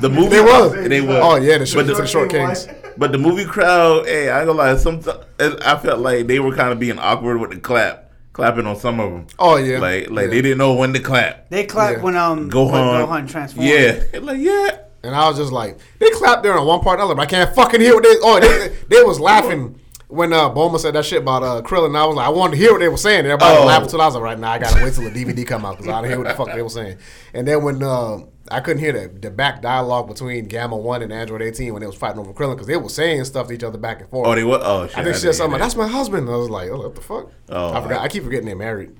Speaker 1: <laughs>
Speaker 2: the movie
Speaker 1: They was.
Speaker 2: they was.
Speaker 1: Oh yeah, the short,
Speaker 2: But the-
Speaker 1: the short kings.
Speaker 2: But the movie crowd, hey, I ain't gonna lie, some I felt like they were kind of being awkward with the clap, clapping on some of them.
Speaker 1: Oh yeah,
Speaker 2: like like
Speaker 1: Yeah.
Speaker 2: they didn't know when to clap.
Speaker 3: They clapped
Speaker 1: Yeah.
Speaker 3: when um
Speaker 2: Gohan,
Speaker 3: when Gohan transformed.
Speaker 2: Yeah, And like yeah,
Speaker 1: And I was just like, they clapped there on one part. I was like, I can't fucking hear what they. Oh, they, they was laughing when uh, Boma said that shit about uh, Krillin. I was like, I wanted to hear what they were saying. And everybody
Speaker 2: Oh.
Speaker 1: was laughing. So I was like, right now, I gotta wait till the DVD come out because I don't hear what the fuck they were saying. And then when uh, I couldn't hear the, the back dialogue between Gamma One and Android Eighteen when they was fighting over Krillin because they were saying stuff to each other back and forth.
Speaker 2: oh they were oh shit.
Speaker 1: I think she said
Speaker 2: didn't
Speaker 1: something.
Speaker 2: hear
Speaker 1: like, That's my husband. And I was like, oh, what the fuck?
Speaker 2: Oh,
Speaker 1: I forgot.
Speaker 2: I-
Speaker 1: I keep forgetting they're married.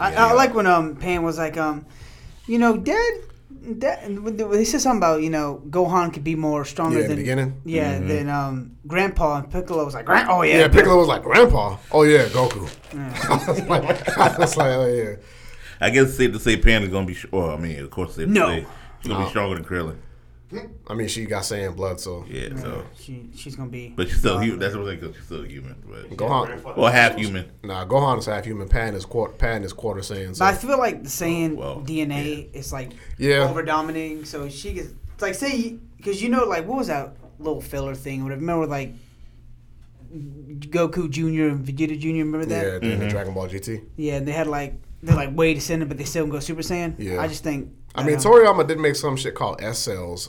Speaker 3: I, I like when um Pan was like um, you know, Dad, Dad, when they they said something about you know Gohan could be more stronger
Speaker 1: Yeah, in the
Speaker 3: than
Speaker 1: beginning.
Speaker 3: yeah than um Grandpa and Piccolo was like Grand oh yeah
Speaker 1: Yeah, Piccolo was like, Grandpa. Oh yeah, Goku. <laughs> I, was like, I was like, oh yeah.
Speaker 2: that. I guess it's safe to say Pan is gonna be. sh- Well, I mean, of course, safe
Speaker 3: No.
Speaker 2: to say she's gonna be stronger than Krillin.
Speaker 1: I mean, she got sand blood, so
Speaker 2: Yeah,
Speaker 1: Mm-hmm.
Speaker 2: so
Speaker 3: she she's gonna be
Speaker 2: but she's still human. That's what I'm saying because she's still human. But
Speaker 1: Gohan.
Speaker 2: well, half human.
Speaker 1: Nah, Gohan is half human. Pan is quarter. Pan is quarter Saiyan.
Speaker 3: but I
Speaker 1: So.
Speaker 3: feel like the Saiyan
Speaker 2: Well,
Speaker 3: DNA is like
Speaker 1: Yeah.
Speaker 3: over dominating so she gets it's like say because you know like what was that little filler thing or whatever remember like Goku Junior and Vegeta Junior remember that
Speaker 1: Yeah, in the Dragon Ball GT.
Speaker 3: Yeah, and they had like they're like way to send it, but they still go Super Saiyan.
Speaker 1: Yeah.
Speaker 3: I just think.
Speaker 1: I mean,
Speaker 3: don't know.
Speaker 1: Toriyama did make some shit called S cells,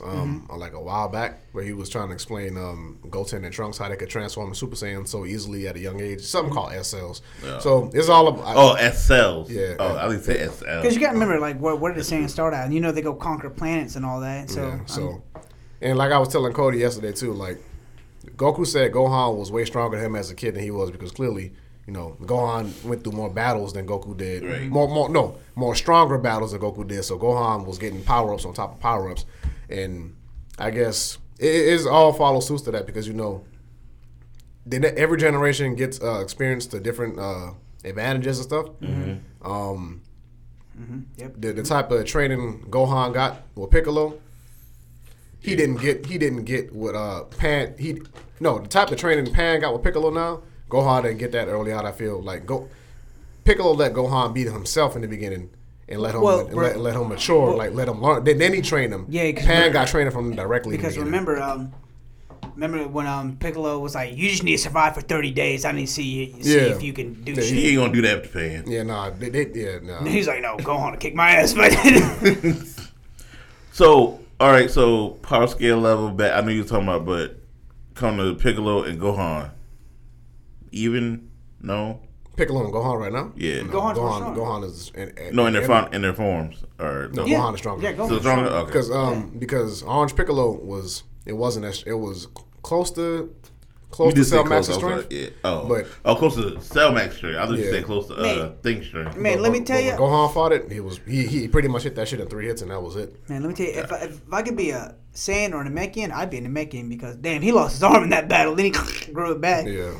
Speaker 1: um,
Speaker 3: Mm-hmm.
Speaker 1: like a while back, where he was trying to explain um, Goten and Trunks how they could transform into Super Saiyan so easily at a young age. Something called S cells. So it's all about.
Speaker 2: Oh, SLs.
Speaker 1: Yeah.
Speaker 2: Oh, I think say SL.
Speaker 3: Because you got to remember, like, where, where did the Saiyans start at? And you know, they go conquer planets and all that. So, um,
Speaker 1: Yeah,
Speaker 3: I'm-
Speaker 1: so, and like I was telling Cody yesterday too, like Goku said, Gohan was way stronger than him as a kid than he was because clearly, you know, Gohan went through more battles than Goku did.
Speaker 2: Right.
Speaker 1: More, more, no, more stronger battles than Goku did. So Gohan was getting power ups on top of power ups, and I guess it it is all follow suits to that because you know the ne- every generation gets uh, experience to different uh, advantages and stuff. Um,
Speaker 3: Yep.
Speaker 1: the, the type of training Gohan got with Piccolo, he didn't get. He didn't get what uh, Pan. He no the type of training Pan got with Piccolo now. Gohan didn't get that early out. I feel like go Piccolo let Gohan beat himself in the beginning. And let him
Speaker 3: Well,
Speaker 1: and
Speaker 3: right.
Speaker 1: let, let him mature, like let him learn. Then, then he trained him.
Speaker 3: Yeah, 'cause
Speaker 1: Pan
Speaker 3: remember-
Speaker 1: got training from him directly. in the
Speaker 3: because
Speaker 1: beginning.
Speaker 3: remember, um, remember when um Piccolo was like, "You just need to survive for thirty days. I need to see, see
Speaker 1: Yeah.
Speaker 3: if you can do
Speaker 1: Yeah,
Speaker 2: he
Speaker 3: shit."
Speaker 2: ain't gonna do that to Pan.
Speaker 1: yeah, nah, they, they, yeah, nah.
Speaker 3: And <laughs> he's like, "No, go on and kick my ass." But <laughs>
Speaker 2: So, all right, so power scale level back. I know you were talking about, but come to Piccolo and Gohan. even? No.
Speaker 1: Piccolo and Gohan right now.
Speaker 2: Yeah.
Speaker 1: No,
Speaker 3: Gohan's more
Speaker 1: Gohan,
Speaker 3: strong.
Speaker 1: Gohan is and, and-
Speaker 2: No, in their
Speaker 1: and-
Speaker 2: font, in their forms or
Speaker 1: No,
Speaker 3: Yeah.
Speaker 1: Gohan is stronger.
Speaker 3: Yeah, Gohan.
Speaker 2: So stronger. Uh, Okay.
Speaker 1: Because um because Orange Piccolo was it wasn't as it was close to close
Speaker 2: You
Speaker 1: to
Speaker 2: did say
Speaker 1: Cell Max's
Speaker 2: close, I was
Speaker 1: strength.
Speaker 2: like, yeah. Oh,
Speaker 1: But-
Speaker 2: oh, close to cell max strength. I thought you
Speaker 1: Yeah.
Speaker 2: said close to uh,
Speaker 3: Man.
Speaker 2: thing strength.
Speaker 3: Man, let me
Speaker 1: But
Speaker 3: tell
Speaker 1: when
Speaker 3: you.
Speaker 1: Gohan fought it. He was he, he pretty much hit that shit in three hits and that was it.
Speaker 3: Man, let me tell you, if I, if I could be a Saiyan or a Namekian, I'd be a Namekian because damn, he lost his arm in that battle. Then he <laughs> grew it back.
Speaker 1: Yeah,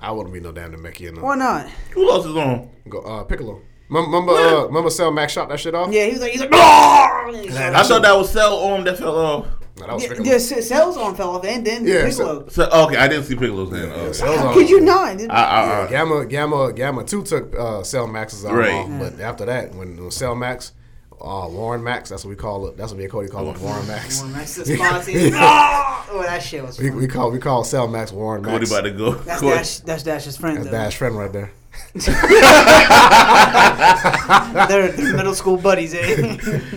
Speaker 1: I wouldn't be no damn Namekian.
Speaker 3: Why
Speaker 1: No.
Speaker 3: not?
Speaker 2: Who lost his arm?
Speaker 1: Go, uh, Piccolo. Mem- Remember, uh, remember, Cell Max shot that shit off.
Speaker 3: Yeah, he was like, he's like, "Argh!" And he
Speaker 1: Man,
Speaker 2: I
Speaker 3: shot
Speaker 2: thought that was cell arm that fell off.
Speaker 1: No, that was
Speaker 3: him.
Speaker 1: Piccolo.
Speaker 3: yeah, yeah, Cell's arm fell off, and then
Speaker 1: Yeah,
Speaker 3: Piccolo.
Speaker 2: So oh, okay, I didn't see Piccolo's hand. Oh,
Speaker 1: Yeah,
Speaker 2: Okay.
Speaker 1: Cell-
Speaker 3: How
Speaker 1: arm.
Speaker 3: could you not?
Speaker 2: I, I, I,
Speaker 1: Gamma, Gamma, Gamma Two took uh, Cell Max's arm
Speaker 2: Right.
Speaker 1: off, but after that, when, when Cell Max, uh, Warren Max, that's what we call it. That's what me and Cody call it, Warren Max.
Speaker 3: When
Speaker 1: <laughs>
Speaker 3: Max is pausing, "Argh!" oh, that shit was.
Speaker 1: we,
Speaker 3: Funny.
Speaker 1: we call we call Cell Max Warren
Speaker 2: Cody
Speaker 1: Max.
Speaker 2: about to <laughs> go.
Speaker 3: That's
Speaker 2: Cody-
Speaker 3: Dash. That's Dash's friend.
Speaker 1: That's
Speaker 3: though.
Speaker 1: Dash friend right there.
Speaker 3: They're, they're middle school
Speaker 1: <laughs>
Speaker 3: buddies, eh?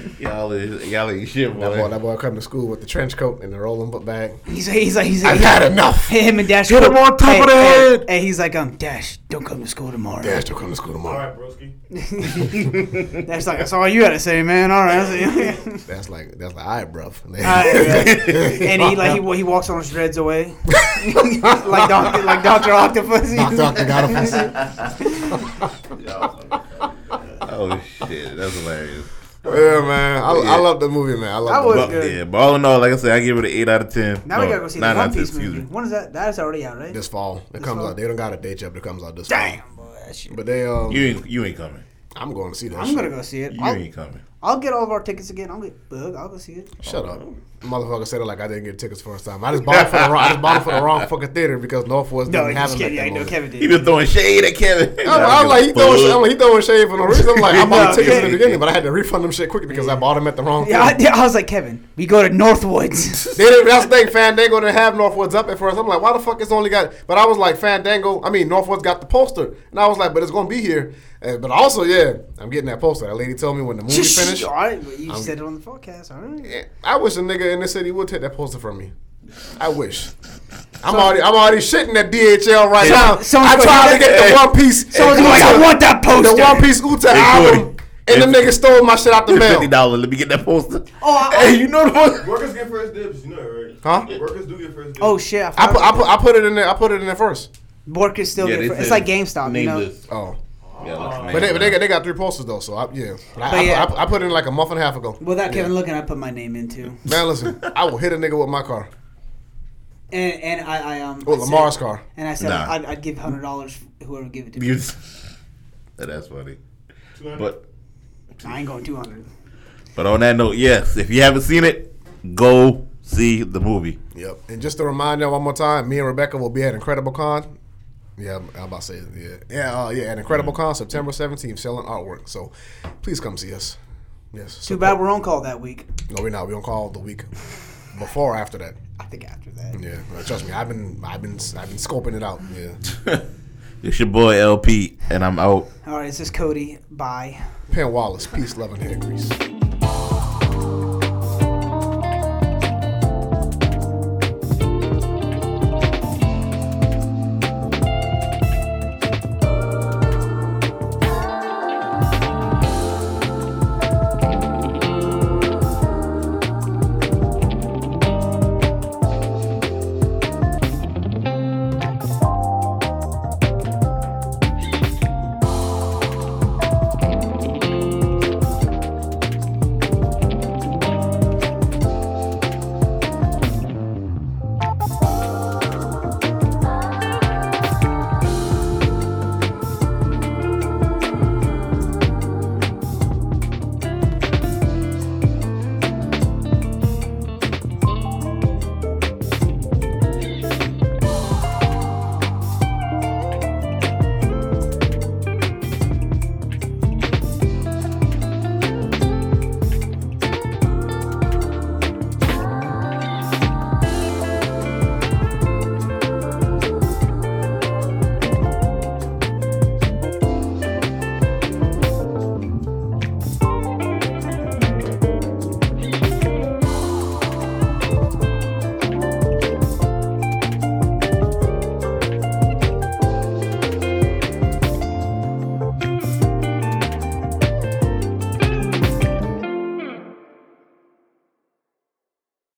Speaker 3: <laughs>
Speaker 2: Y'all is y'all ain't shit, boy.
Speaker 1: That boy, that boy come to school with the trench coat and the rolling book bag.
Speaker 3: he's like, he's like, he's
Speaker 1: I've
Speaker 3: like,
Speaker 1: had enough.
Speaker 3: him and Dash.
Speaker 1: Hit him
Speaker 3: cool.
Speaker 1: on top of the head.
Speaker 3: Hey, he's like, um, Dash, don't come to school tomorrow.
Speaker 1: Dash don't come to school
Speaker 4: All
Speaker 1: tomorrow.
Speaker 4: right, broski.
Speaker 3: That's like, that's all you gotta say, man. <laughs> All right. that's it.
Speaker 1: That's like that's like, all right, bruv. <laughs>
Speaker 3: and he like he, wa- he walks on shreds away, like Doctor like Doctor Octopus.
Speaker 1: Doctor got him.
Speaker 2: Oh shit, that's hilarious.
Speaker 1: <laughs> Yeah, man. I,
Speaker 2: Yeah.
Speaker 1: I love the movie, man. I
Speaker 3: That
Speaker 1: love
Speaker 3: was
Speaker 1: the
Speaker 2: But,
Speaker 1: movie.
Speaker 3: good.
Speaker 2: yeah, but all in all, like I said, I give it an eight out of ten.
Speaker 3: <laughs> Now
Speaker 2: no,
Speaker 3: we gotta go see the
Speaker 2: nine out
Speaker 3: One
Speaker 2: of 10,
Speaker 3: Piece
Speaker 2: excuse
Speaker 3: movie.
Speaker 2: me.
Speaker 3: When is that? That's already out, right?
Speaker 1: This fall, it comes
Speaker 3: fall?
Speaker 1: out. They don't got a date yet, but it comes out this fall.
Speaker 3: Damn, boy, that shit.
Speaker 1: But they um,
Speaker 2: You ain't you ain't coming.
Speaker 1: I'm going to see that.
Speaker 3: I'm
Speaker 1: shit.
Speaker 3: gonna go see it.
Speaker 2: You
Speaker 3: I'll,
Speaker 2: ain't coming.
Speaker 3: I'll get all of our tickets again. I'll get bug. I'll go see it.
Speaker 1: Shut up. Motherfucker said it like I didn't get tickets first time. I just bought it for the wrong, I just bought it for the wrong fucking theater because Northwoods
Speaker 3: No,
Speaker 1: didn't
Speaker 3: you
Speaker 1: have
Speaker 3: just
Speaker 1: it. at
Speaker 3: kidding.
Speaker 1: that
Speaker 3: Yeah, no,
Speaker 1: moment.
Speaker 3: Kevin did.
Speaker 2: He been throwing shade at Kevin.
Speaker 1: I'm, I'm like he throwing, shade- I'm like he throwing shade for no reason. I'm
Speaker 3: <laughs>
Speaker 1: like I bought the tickets in the beginning, but I had to refund them shit quick because I bought them at the wrong.
Speaker 3: Yeah,
Speaker 1: theater.
Speaker 3: I, I was like Kevin. We go to
Speaker 1: <laughs>
Speaker 3: Northwoods.
Speaker 1: They didn't, that's the thing, Fandango didn't have Northwoods up at first. I'm like, why the fuck it's only got? But I was like, Fandango. I mean, Northwoods got the poster, and I was like, but it's gonna be here. Uh, but also, yeah, I'm getting that poster. That lady told me when the
Speaker 3: <laughs>
Speaker 1: movie finished.
Speaker 3: all right, well, you said it on the podcast. All right.
Speaker 1: Yeah, I wish a nigga in the city would take that poster from me. I wish. I'm already, I'm already shitting at DHL right now.
Speaker 3: someone's
Speaker 1: I tried to
Speaker 3: gonna-
Speaker 1: get the
Speaker 2: Hey.
Speaker 1: One Piece.
Speaker 3: Someone's gonna be like, I want that poster.
Speaker 1: The One Piece Uta
Speaker 2: Hey, Cody.
Speaker 1: album, and the
Speaker 2: Hey.
Speaker 1: nigga stole my shit out the
Speaker 2: <laughs> Fifty
Speaker 1: mail.
Speaker 2: dollars. Let me get that poster.
Speaker 3: Oh, I-
Speaker 2: hey, you know the poster.
Speaker 4: Workers get first dibs, you know it,
Speaker 1: Huh?
Speaker 4: right? Workers do get first dibs.
Speaker 3: Oh shit! I,
Speaker 1: I
Speaker 3: forgot
Speaker 1: put, I
Speaker 3: about
Speaker 1: put, I put it in there. I put it in there first.
Speaker 3: that. Bork is still
Speaker 2: they
Speaker 3: different. It's
Speaker 2: said
Speaker 3: like GameStop, you know.
Speaker 2: nameless.
Speaker 1: Oh,
Speaker 2: Yeah, like
Speaker 1: but they, but they,
Speaker 2: nameless.
Speaker 1: got, they got three posters though. So I, yeah, but I,
Speaker 3: But
Speaker 1: I,
Speaker 3: yeah.
Speaker 1: I, I put it in like a month and a half ago.
Speaker 3: Without Kevin looking, I put my name in too.
Speaker 1: Man, listen, I will hit a nigga with my car.
Speaker 3: And and I, I um.
Speaker 1: With
Speaker 3: I said-
Speaker 1: Oh, Lamar's car.
Speaker 3: And I said
Speaker 2: Nah.
Speaker 3: I'd, I'd give hundred dollars whoever give it to me.
Speaker 2: You- <laughs> That's funny. But
Speaker 3: I ain't going two hundred.
Speaker 2: but on that note, yes, if you haven't seen it, go see the movie.
Speaker 1: Yep. And just to remind y'all one more time, me and Rebecca will be at Incredible Con. Yeah, I'm, I'm about to say it. Yeah, yeah, uh, yeah. At Incredible
Speaker 2: Mm-hmm.
Speaker 1: Con, September 17th, selling artwork. So please come see us. Yes.
Speaker 3: Too
Speaker 1: support-
Speaker 3: bad we're on call that week.
Speaker 1: No, we're not. We don't call the week before or after that.
Speaker 3: I think after that.
Speaker 2: Mm.
Speaker 1: Yeah, uh, trust me. I've been, I've been, I've been scoping it out. Yeah.
Speaker 2: It's your boy LP, and I'm out.
Speaker 3: All right, this is Cody. Bye.
Speaker 1: Penn Wallace, peace, love, and hair grease.